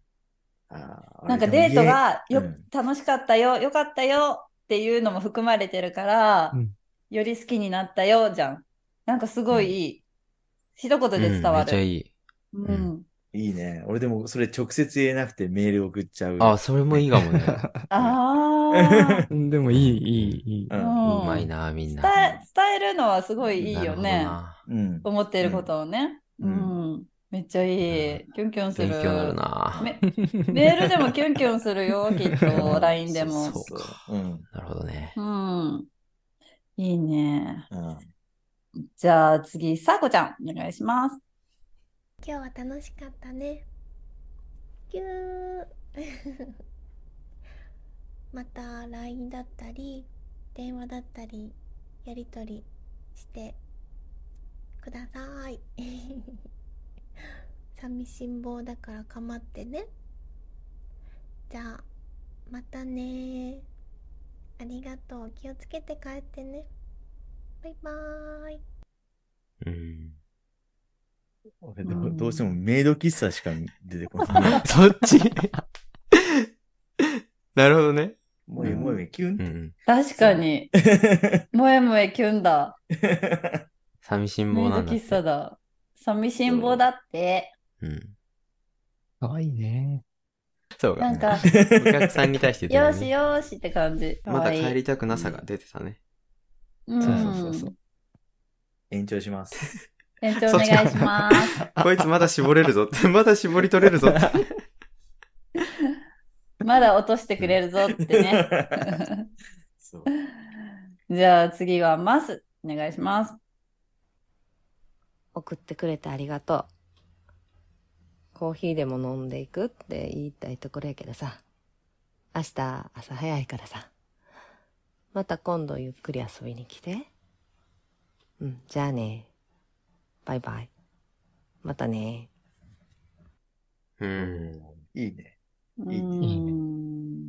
Speaker 8: なんかデートがよ、
Speaker 6: うん
Speaker 8: 楽しかったよ、よかったよっていうのも含まれてるから、
Speaker 4: うん
Speaker 8: より好きになったよじゃん。なんかすごいいい。一言で伝
Speaker 6: うんめ
Speaker 8: わる。
Speaker 6: っちゃい
Speaker 7: い。
Speaker 8: うん。
Speaker 6: いいね。俺でもそれ直接言えなくてメール送っちゃう。
Speaker 7: あ、それもいいかもね。
Speaker 8: <laughs> あ
Speaker 6: <laughs>
Speaker 8: ー
Speaker 4: でもいい、いい、いい。
Speaker 8: うん
Speaker 7: うまいな、みんな。
Speaker 8: 伝え、伝えるのはすごいいいよね。
Speaker 6: うん。
Speaker 8: 思っていることをね。うん。めっちゃいい。キュンキュンする。
Speaker 7: 勉強になるな
Speaker 8: めメールでもキュンキュンす
Speaker 7: <laughs>
Speaker 8: るよ、きっと。LINE でも。
Speaker 7: そうか。なるほどね。
Speaker 8: うん。いいね。
Speaker 6: うん。
Speaker 8: じゃあ次、さあこちゃん、お願いします。
Speaker 11: 今日は楽しかったね <laughs> キューまた LINE だったり電話だったりやりとりしてください <laughs> 寂しん坊だからかまってねじゃあまたねーありがとう気をつけて帰ってねバイバーイ
Speaker 7: うん。
Speaker 6: 俺でもどうしてもメイド喫茶しか出てこな
Speaker 7: あ
Speaker 6: い。
Speaker 7: <laughs> そっちなるほどね。
Speaker 6: もえもえキュンって。
Speaker 8: 確かに。もえもえキュンだ。
Speaker 7: 寂しん坊
Speaker 8: メイド
Speaker 7: なんだ。
Speaker 8: 喫茶だ。寂しん坊だって。
Speaker 7: うん。
Speaker 4: かわいいね。
Speaker 7: そうか。
Speaker 8: なんか
Speaker 7: お客さんに対してでも
Speaker 8: よ
Speaker 7: ね
Speaker 8: しよーしって感じ。か
Speaker 7: ま
Speaker 8: わ
Speaker 7: だ
Speaker 8: いい
Speaker 7: 帰りたくなさが出てたね。
Speaker 8: うん
Speaker 7: そうそうそうそう。
Speaker 6: <laughs> 延長します。
Speaker 8: 延長お願いします。
Speaker 7: <laughs> こいつまだ <laughs> 絞れるぞって、まだ絞り取れる <laughs> ぞって。
Speaker 8: まだ落としてくれるぞってね。
Speaker 6: <laughs> そう
Speaker 8: じゃあ次はマス。お願いします。
Speaker 16: 送ってくれてありがとう。コーヒーでも飲んでいくって言いたいところやけどさ。明日朝早いからさ。また今度ゆっくり遊びに来て。うん、じゃあね。バイバイ。またね。
Speaker 7: うん。
Speaker 6: いいね。
Speaker 8: うーん。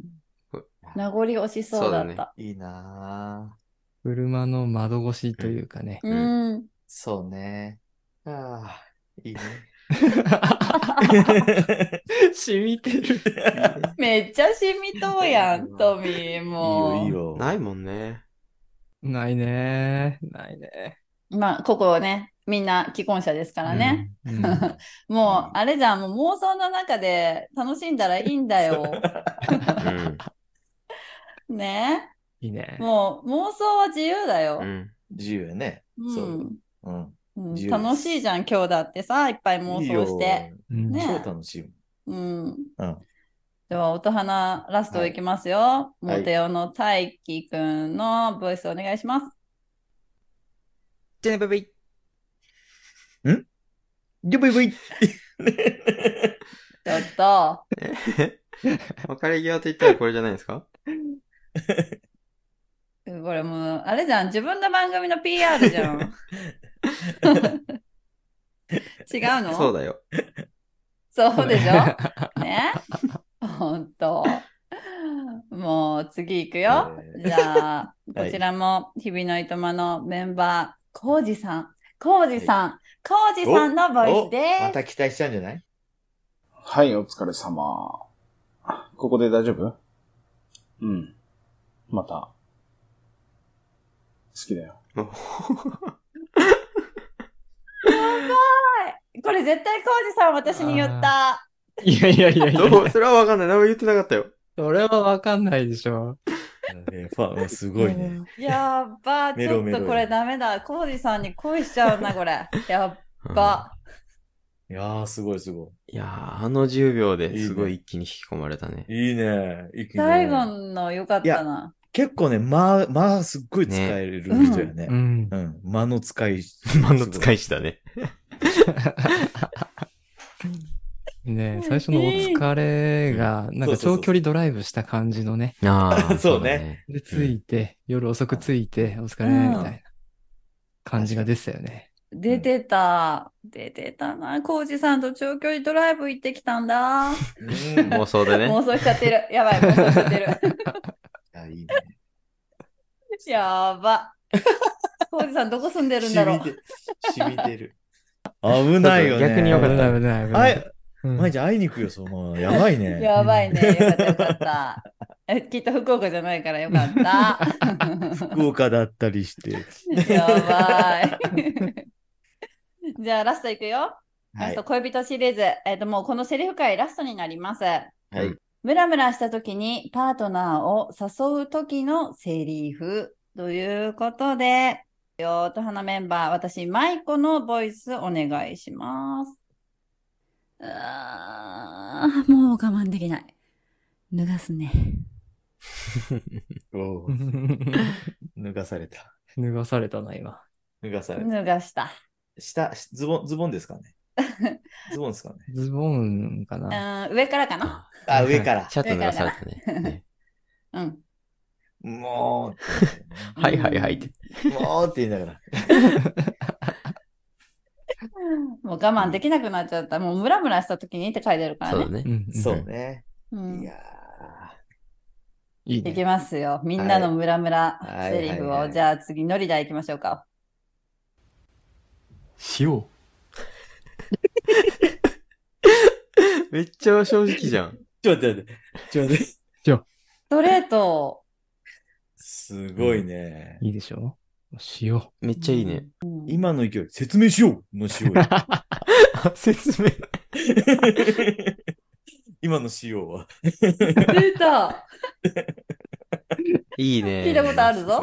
Speaker 8: 名残惜しそうだった。
Speaker 6: いいなぁ。
Speaker 4: 車の窓越しというかね。
Speaker 8: うん。
Speaker 6: そうね。ああ、いいね。
Speaker 4: 染みてる。
Speaker 8: めっちゃしみとうやん、トミー。もう。
Speaker 7: よ。ないもんね。
Speaker 4: ないね。ないね。
Speaker 8: まあ、ここね、みんな既婚者ですからね。もう、あれじゃん、もう妄想の中で楽しんだらいいんだよ。ね
Speaker 4: いいね。
Speaker 8: もう、妄想は自由だよ。
Speaker 6: 自由やね。
Speaker 8: うん
Speaker 6: そう。うん。
Speaker 8: うん
Speaker 6: 自由です
Speaker 8: 楽しいじゃん、今日だってさ、いっぱい妄
Speaker 6: いい
Speaker 8: 想
Speaker 6: よ
Speaker 8: して。
Speaker 6: うん
Speaker 8: ね
Speaker 6: 超楽しいもん。
Speaker 8: うん。
Speaker 6: うん。
Speaker 8: では、音花ラストいきますよ。モテオの大輝くんのボイスお願いします。
Speaker 7: じゃね、バイバイ。
Speaker 6: ブイ
Speaker 4: <laughs>
Speaker 6: ブイ
Speaker 8: ちょっと、 <laughs>
Speaker 7: 別れ際と言ったらこれじゃないですか
Speaker 8: これもう、あれじゃん、自分の番組の PR じゃ
Speaker 7: <laughs>
Speaker 8: ん。違うの
Speaker 7: そうだよ。
Speaker 8: <laughs> そうでしょね <laughs> ほんと。もう次行くよ。じゃ
Speaker 6: <laughs>
Speaker 8: あ、こちらも日々のいとまのメンバー、コウジさん、コウジさん、コウジさんのボイスです。
Speaker 6: また期待しちゃうんじゃない
Speaker 5: はい、お疲れ様。ここで大丈夫うん。また。好きだよ。
Speaker 8: はいこれ絶対コウジさん私に言った。
Speaker 4: いやいやいやいや。
Speaker 7: どうそれはわかんない。何も言ってなかったよ。
Speaker 4: それはわかんないでしょ。
Speaker 6: ファン、すごいね。
Speaker 8: やっば、
Speaker 6: メ
Speaker 8: ち
Speaker 6: ロ
Speaker 8: ょっ
Speaker 6: メロ
Speaker 8: とこれダメだ。コウジさんに恋しちゃうな、これ。やっ
Speaker 6: <laughs>
Speaker 8: ば。
Speaker 6: いやー、すごいすご
Speaker 7: いやー、あの10秒ですごい一気に引き込まれたね。
Speaker 6: い。いいね。一気に
Speaker 8: 最後の良かったな。
Speaker 6: 結構ね、間、間すっごい使える人やね。。
Speaker 7: うん
Speaker 6: うん。間の使い。
Speaker 7: 間の使いしだね。
Speaker 4: ね最初のお疲れが、なんか長距離ドライブした感じのね。
Speaker 10: <laughs>
Speaker 7: ああ、
Speaker 4: そうね。で、ついて、夜遅くついて、お疲れ、
Speaker 8: うん
Speaker 4: みたいな感じが出てたよね。
Speaker 8: 出てた。出てたな。コウジさんと長距離ドライブ行ってきたんだ。
Speaker 7: 妄想でね。
Speaker 8: 妄想しちゃってる。やばい、妄想しちゃってる。やば。コウジさん、どこ住んでるんだろう。
Speaker 6: 染みてる。 <laughs> 危ないよね。
Speaker 7: 逆によかった
Speaker 4: 危ない危
Speaker 6: あい、毎日会いに行くよ、そのまま。やばいね。
Speaker 8: やばいね。よかった、よかった。えきっと福岡じゃないからよかった。
Speaker 6: <laughs> 福岡だったりして。
Speaker 8: <laughs> やばい。じゃあ、ラストいくよ。
Speaker 6: はい
Speaker 8: ラスト恋人シリーズ。えっ、と、もうこのセリフ回ラストになります。
Speaker 6: はい。
Speaker 8: ムラムラした時にパートナーを誘う時のセリフということで、よーと花メンバー、私、舞子のボイスお願いします。
Speaker 3: あーもう我慢できない。脱がすね。
Speaker 6: おう
Speaker 7: <laughs>
Speaker 6: <laughs> 脱がされた。
Speaker 4: 脱がされたな、今。
Speaker 6: 脱がされた。
Speaker 8: 脱がした。
Speaker 6: 下、しズボン、ズボンですか
Speaker 8: <laughs>
Speaker 6: ね。ズボンですかね。
Speaker 4: ズボンかな。
Speaker 8: うん、上からかな
Speaker 6: あ、上から。
Speaker 8: <laughs>
Speaker 7: ちょっと脱がされ
Speaker 8: たね。うん。
Speaker 6: もう。
Speaker 8: <laughs>
Speaker 7: はいはいはいって。
Speaker 6: もうって言いながら。 <laughs>
Speaker 8: もう我慢できなくなっちゃった。もうムラムラした時にって書いてあるからね。
Speaker 7: ね。
Speaker 6: そうね。
Speaker 8: うん、い
Speaker 6: いい
Speaker 8: き
Speaker 6: ね。
Speaker 8: ますよ。みんなのムラムラ
Speaker 6: はい
Speaker 8: セリフ
Speaker 6: はい
Speaker 8: を。
Speaker 6: はいはい
Speaker 8: じゃあ次、ノリダ行きましょうか。
Speaker 10: しよう。
Speaker 7: めっちゃ正直じゃん。
Speaker 6: ちょっと待って、ちょっと待って。
Speaker 8: ストレート。
Speaker 6: すごいね。
Speaker 4: いいでしょしよ
Speaker 7: う。めっちゃいいね。
Speaker 6: 今の勢い、説明しようのしようよ。
Speaker 7: <laughs> 説明。
Speaker 6: 今のしようは。
Speaker 8: ストレート。
Speaker 7: いいね。
Speaker 8: 聞いたことあ
Speaker 6: <laughs>
Speaker 8: るぞ。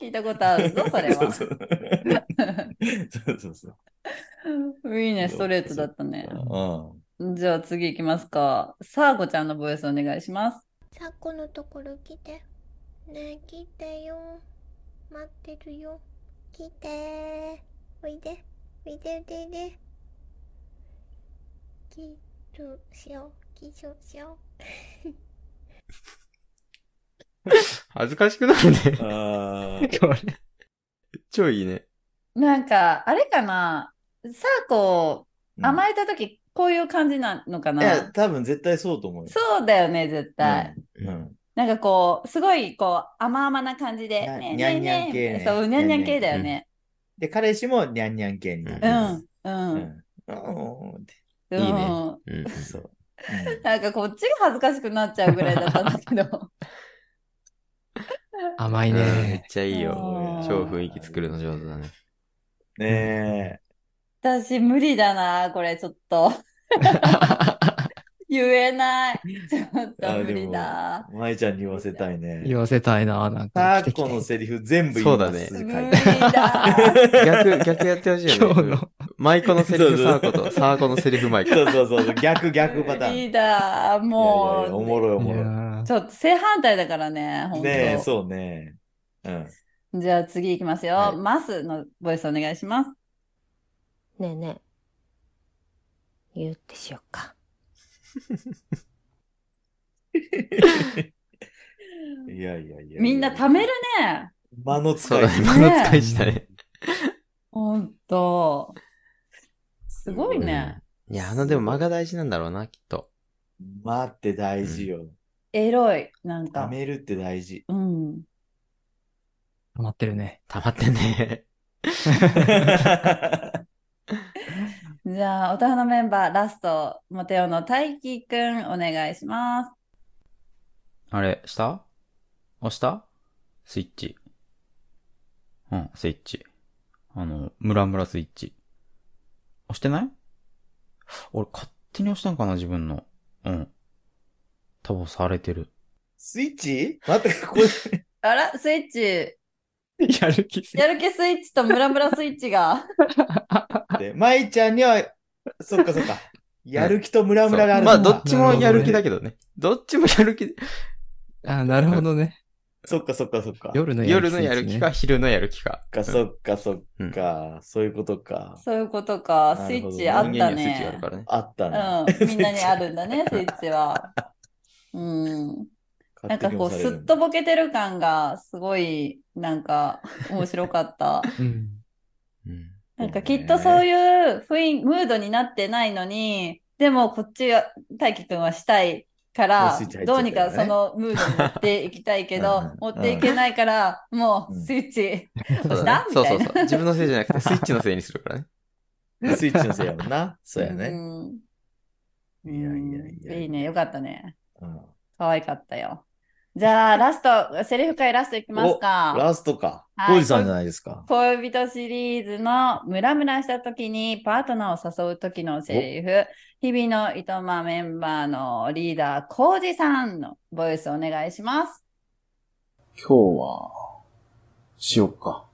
Speaker 8: 聞いたことあるぞ、それは。
Speaker 7: そう
Speaker 6: そ
Speaker 7: そう
Speaker 6: うそうそう。
Speaker 8: いいね、ストレートだったね。
Speaker 6: うん。
Speaker 8: じゃあ次行きますか。サーゴちゃんのボイスお願いします。
Speaker 11: さっこのところ来て。ねえ、来てよ。待ってるよ。来て。おいで。おいで、おいで、おいで。キスしよう。キスしよう。
Speaker 7: 恥ずかしくなるね。
Speaker 6: あ
Speaker 7: これ。超いいね。
Speaker 8: なんか、あれかな。サーゴ、甘えた時こういう感じなのか
Speaker 6: いや、
Speaker 8: な。
Speaker 6: 多分絶対そうと思うよ。
Speaker 8: そうだよね、絶対。
Speaker 6: うん。
Speaker 8: なんかこう、すごいこう、甘々な感じで、
Speaker 6: な
Speaker 8: ねえ
Speaker 6: にゃんにゃん
Speaker 8: ねえ
Speaker 6: 系
Speaker 8: ね
Speaker 6: ね
Speaker 8: えそう、にゃんにゃん系だよね。
Speaker 6: で、彼氏もニャンニャン系にな
Speaker 8: う
Speaker 6: る。
Speaker 8: ん、うん。
Speaker 6: うん。
Speaker 8: う
Speaker 6: いいね
Speaker 8: ん
Speaker 7: うん。
Speaker 6: そう。
Speaker 8: なんかこっちが恥ずかしくなっちゃうぐらいだったんだ
Speaker 6: <laughs>
Speaker 8: けど。
Speaker 4: 甘い
Speaker 7: うん
Speaker 4: ね。
Speaker 7: めっちゃいいよ
Speaker 8: あ。ー
Speaker 7: 超雰囲気作るの上手だね。
Speaker 6: ね
Speaker 8: 私無理だな、これちょっ
Speaker 6: <laughs>
Speaker 8: と。言えない。ちょっと
Speaker 6: あ
Speaker 8: 無理だ。
Speaker 6: え。舞ちゃんに言わせたいね。
Speaker 4: 言わせたいな、なんか。
Speaker 6: タコのセリフ全部言います。
Speaker 7: そう
Speaker 8: 無
Speaker 6: 書い
Speaker 8: 理
Speaker 6: て
Speaker 8: だ。
Speaker 7: 逆、逆やってほしいよね。マイコのセリフサーコ
Speaker 6: <laughs>
Speaker 7: と、サーコのセリフマイコ。
Speaker 6: そうそうそうそう、逆逆パタ
Speaker 8: 無 <laughs>
Speaker 6: ーン。
Speaker 8: 理だ。も
Speaker 6: おもろいおもろい。
Speaker 8: う、ちょっと正反対だからね、本
Speaker 6: ねえ、
Speaker 8: 当。
Speaker 6: そうね。うん。
Speaker 8: じゃあ次いきますよ。マスのボイスお願いします。
Speaker 16: ねえねえ。言うってしよっか。
Speaker 6: いやいやいや。
Speaker 8: みんな貯めるね。
Speaker 6: 間の使い。
Speaker 8: 間の使い
Speaker 7: したね。
Speaker 8: ほんと。すごいね。
Speaker 7: いや、あの、でも間が大事なんだろうな、きっと。
Speaker 6: 間って大事よ。
Speaker 8: エロい。なん
Speaker 6: 貯
Speaker 8: か。
Speaker 6: めるって大事。
Speaker 8: うん。
Speaker 4: 溜まってるね。
Speaker 7: 溜まってんね。
Speaker 8: じゃあ、おたはのメンバー、ラスト、モテオの大輝くん、お願いします。
Speaker 7: あれ、した押したスイッチ。うん、スイッチ。あの、ムラムラスイッチ。押してない俺、勝手に押したんかな、自分の。うん。多分されてる。
Speaker 6: スイッチ待って、こ <laughs> こで。
Speaker 8: あら、スイッチ。
Speaker 7: やる気
Speaker 8: やる気スイッチとムラムラスイッチが。 <laughs>
Speaker 6: で舞ちゃんには、そっかそっか。やる気とムラムラがある
Speaker 7: まあ、どっちもやる気だけどね。どっちも <laughs> やる気。
Speaker 4: あなるほどね。
Speaker 6: <laughs> そっかそっかそっか。
Speaker 4: 夜の
Speaker 7: 夜のやる気か、昼のやる気か。
Speaker 6: か、そっかそっか。そういうことか。
Speaker 8: そういうことか。スイッチあった
Speaker 7: 人間にはスイッチがある
Speaker 8: ね。
Speaker 7: からね。
Speaker 6: あったね。
Speaker 8: うん、みんなにあるんだね、スイッチは。うん。なんか
Speaker 6: 勝手に
Speaker 8: こう、
Speaker 6: 押され
Speaker 8: す
Speaker 6: る
Speaker 8: っとぼけてる感が、すごい、な
Speaker 6: <laughs>
Speaker 8: んか、面白かった。なんかきっとそういう雰囲ムードになってないのに、でもこっちは、大輝くんはしたいか
Speaker 6: もう
Speaker 8: ら
Speaker 6: スイッチ、入っちゃ
Speaker 8: ど
Speaker 6: っ
Speaker 8: う
Speaker 6: たよね
Speaker 8: にかそのムードに持っていきたいけど、持っていけないから、もうスイッチ、
Speaker 7: そうだ
Speaker 8: な
Speaker 7: ね
Speaker 8: み
Speaker 7: そう
Speaker 8: た
Speaker 7: そ
Speaker 8: いう
Speaker 7: そう。
Speaker 8: な。
Speaker 7: 自分のせいじゃな
Speaker 8: <laughs>
Speaker 7: くて、スイッチのせいにするからね。
Speaker 6: スイッチのせいやもんな。そうやね。
Speaker 8: うんいいね、よかったね。
Speaker 6: うん
Speaker 8: 可愛かったよ。じゃあ、ラスト、セリフ会ラストいきますか。
Speaker 6: ラストか。
Speaker 8: はい
Speaker 6: コウジさんじゃないです
Speaker 8: <laughs>
Speaker 6: か。
Speaker 8: 恋人シリーズのムラムラした時にパートナーを誘う時のセリフ、日々のいとまメンバーのリーダー、コウジさんのボイスお願いします。
Speaker 5: 今日は、しよっか。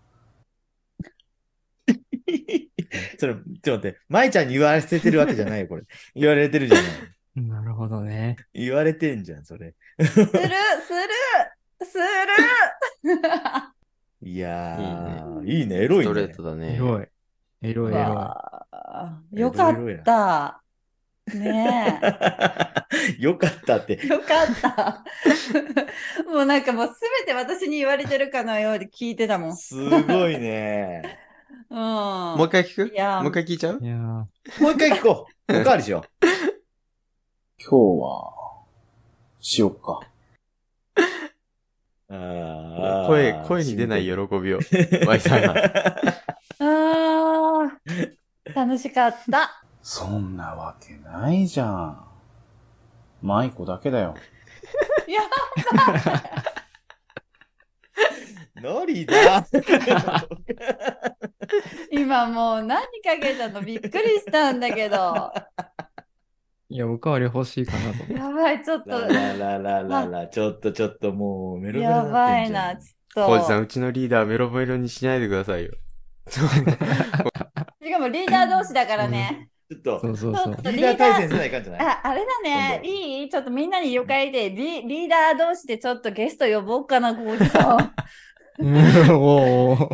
Speaker 6: それ、ちょっと待って。舞ちゃんに言わせてるわけじゃないよ、これ。 <laughs> 言われてるじゃない。
Speaker 4: なるほどね。
Speaker 6: 言われてんじゃん、それ。
Speaker 8: する、する、する
Speaker 6: いやー、いいね、エロいね。ストレート
Speaker 7: だね。
Speaker 4: エロい。エロい、エロ
Speaker 8: よかった。ねえ。
Speaker 6: よかったって。 <laughs>
Speaker 8: <laughs> よかった。もうなんかもうすべて私に言われてるかのように聞いてたもん。
Speaker 6: すごいね。
Speaker 8: うん。も
Speaker 7: もう一回聞く
Speaker 8: いや
Speaker 7: もう一回聞いちゃういやも
Speaker 6: う一回聞こう。おかわりしよう。
Speaker 5: 今日は、しよ
Speaker 6: <laughs>
Speaker 5: っか。
Speaker 6: あー
Speaker 7: 声、声に出ない喜びを。ワイさんが。
Speaker 8: ああ、楽しかった。
Speaker 5: <laughs> そんなわけないじゃん。マイコだけだよ。
Speaker 8: や
Speaker 6: ノリだ。
Speaker 8: 今もう何かけたのびっくりしたんだけど。
Speaker 6: <laughs>
Speaker 4: いや、おかわり欲しいかなと思って。
Speaker 8: やばい、ちょっと。
Speaker 6: ララララララ、ちょっとちょっともうメロメロ
Speaker 8: や
Speaker 6: になっ
Speaker 8: ば
Speaker 6: てん
Speaker 8: い
Speaker 6: じゃん。
Speaker 8: な、ち
Speaker 7: コ
Speaker 8: ょ
Speaker 7: ウ
Speaker 8: っ
Speaker 7: ジさん、うちのリーダーメロメロにしないでくださいよ。
Speaker 8: と。しかもリーダー同士だからね。
Speaker 6: ちょっと、
Speaker 7: そうそう
Speaker 8: そう
Speaker 6: リーダー対戦せないかんじゃない
Speaker 8: あ、あれだね。いいちょっとみんなに了解で、リリーダー同士でちょっとゲスト呼ぼうかな、こ
Speaker 6: <laughs>
Speaker 8: こさん。
Speaker 4: <laughs> おー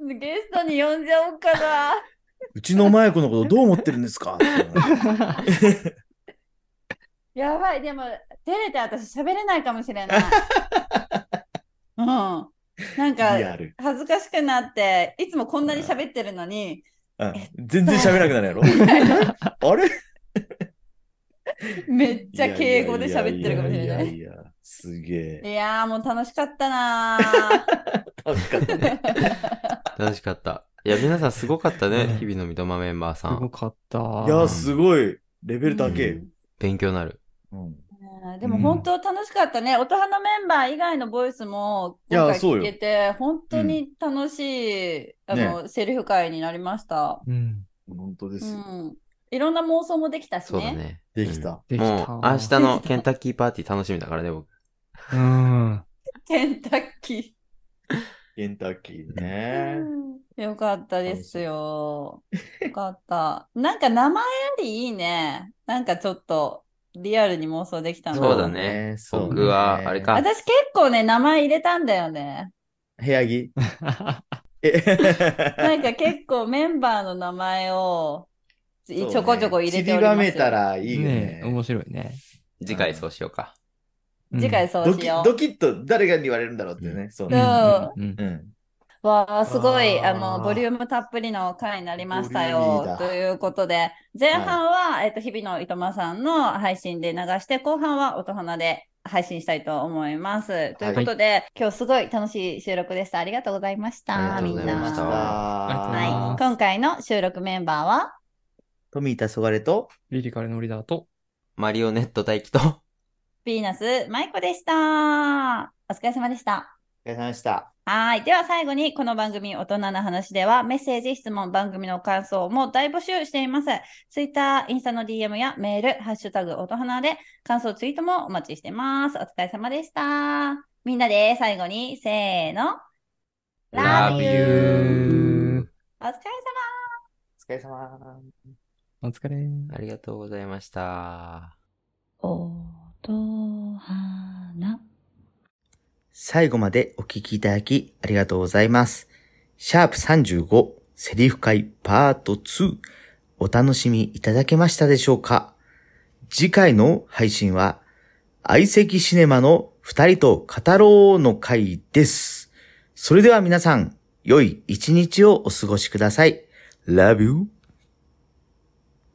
Speaker 8: ゲストに呼んじゃおうかな。
Speaker 6: うちのマイコのことどう思ってるんですか
Speaker 8: やばい、でも、照れて私喋れないかもし
Speaker 6: <laughs>
Speaker 8: れない。うん。なん
Speaker 6: リア
Speaker 8: か
Speaker 6: ル、
Speaker 8: 恥ずかしくなって、いつもこんなに喋ってるのに、
Speaker 6: うん全然喋らなくなる
Speaker 8: <laughs>
Speaker 6: やろあれ
Speaker 8: <laughs> めっちゃ敬語で喋ってるかもしれな
Speaker 6: いやいや
Speaker 8: い。
Speaker 6: いやいやいやすげえ。
Speaker 8: いやーもう楽しかったな
Speaker 7: 楽しかった。いや、皆さんすごかったね。日々の三笘メンバーさん。すご
Speaker 4: かった。
Speaker 6: いや、すごい。レベル高えよ。
Speaker 7: 勉強になる。
Speaker 8: ー <laughs> うんでも本当楽しかったね。音派のメンバー以外のボイスも
Speaker 7: いや
Speaker 8: 今回
Speaker 7: そう
Speaker 8: 聞
Speaker 7: よ
Speaker 8: けて、本当に楽しい、あの、セルフ会になりました。
Speaker 4: うん。
Speaker 6: 本当で
Speaker 8: う
Speaker 6: すよ。
Speaker 8: ん。いろんな妄想もできたし
Speaker 7: そうだ
Speaker 8: ね。
Speaker 7: ね。
Speaker 6: できた。
Speaker 4: できた
Speaker 7: もう、明日のケンタッキーパーティー楽しみだからね、僕。
Speaker 4: うん。
Speaker 8: ケンタッキ
Speaker 6: ケンタッキー
Speaker 8: ー。
Speaker 6: ね。
Speaker 8: よかったですよ。よかった。なんか名前よりいいね。なんかちょっとリアルに妄想できたの。
Speaker 7: そうだね。
Speaker 6: そうね
Speaker 7: 僕は、あれか。
Speaker 8: 私結構ね、名前入れたんだよね。
Speaker 6: 部屋着
Speaker 8: なんか結構メンバーの名前をち
Speaker 6: そうね
Speaker 8: ょこちょこ入れてお
Speaker 6: 散り
Speaker 8: り
Speaker 6: ば
Speaker 8: ま
Speaker 6: め
Speaker 8: す。
Speaker 6: たらいいよね。
Speaker 4: 面白いね。
Speaker 7: 次回そうしようか。
Speaker 8: 次回そうしよう。
Speaker 6: ドキッと誰がに言われるんだろうってね。そうね。
Speaker 8: う
Speaker 6: うん。
Speaker 8: わあ、すごい、
Speaker 6: あー
Speaker 8: あの、ボリュームたっぷりの回になりました
Speaker 6: ボリューミー
Speaker 8: よ
Speaker 6: だ。
Speaker 8: ということで、前半は、えっと、日々のいとまさんの配信で流して、後半は音花で配信したいと思います。ということで、今日すごい楽しい収録でした。ありがとうございました。
Speaker 6: ありがとうございました
Speaker 8: みん
Speaker 6: ありがとうござい
Speaker 8: な。は
Speaker 6: ま
Speaker 8: い。
Speaker 6: す
Speaker 8: 今回の収録メンバーは、
Speaker 6: 富田そがれと、
Speaker 4: リリカルのリーダーと、
Speaker 7: マリオネット大輝と、
Speaker 8: ヴィーナス、マイコでした。お疲れ様でした。
Speaker 6: お疲れ様でした。
Speaker 8: はい。では最後に、この番組、大人の話では、メッセージ、質問、番組の感想も大募集しています。ツイッター、インスタの DM やメール、ハッシュタグ、音花で、感想ツイートもお待ちしてます。お疲れ様でした。みんなで最後に、せーの、
Speaker 7: Love you!
Speaker 8: お疲れ様
Speaker 6: お疲れ様。
Speaker 4: お疲れ。
Speaker 7: ありがとうございました。
Speaker 6: 最後までお聞きいただきありがとうございます。シャープ35セリフ会パート2お楽しみいただけましたでしょうか次回の配信は相席シネマの二人と語ろうの会です。それでは皆さん、良い一日をお過ごしください。Love you!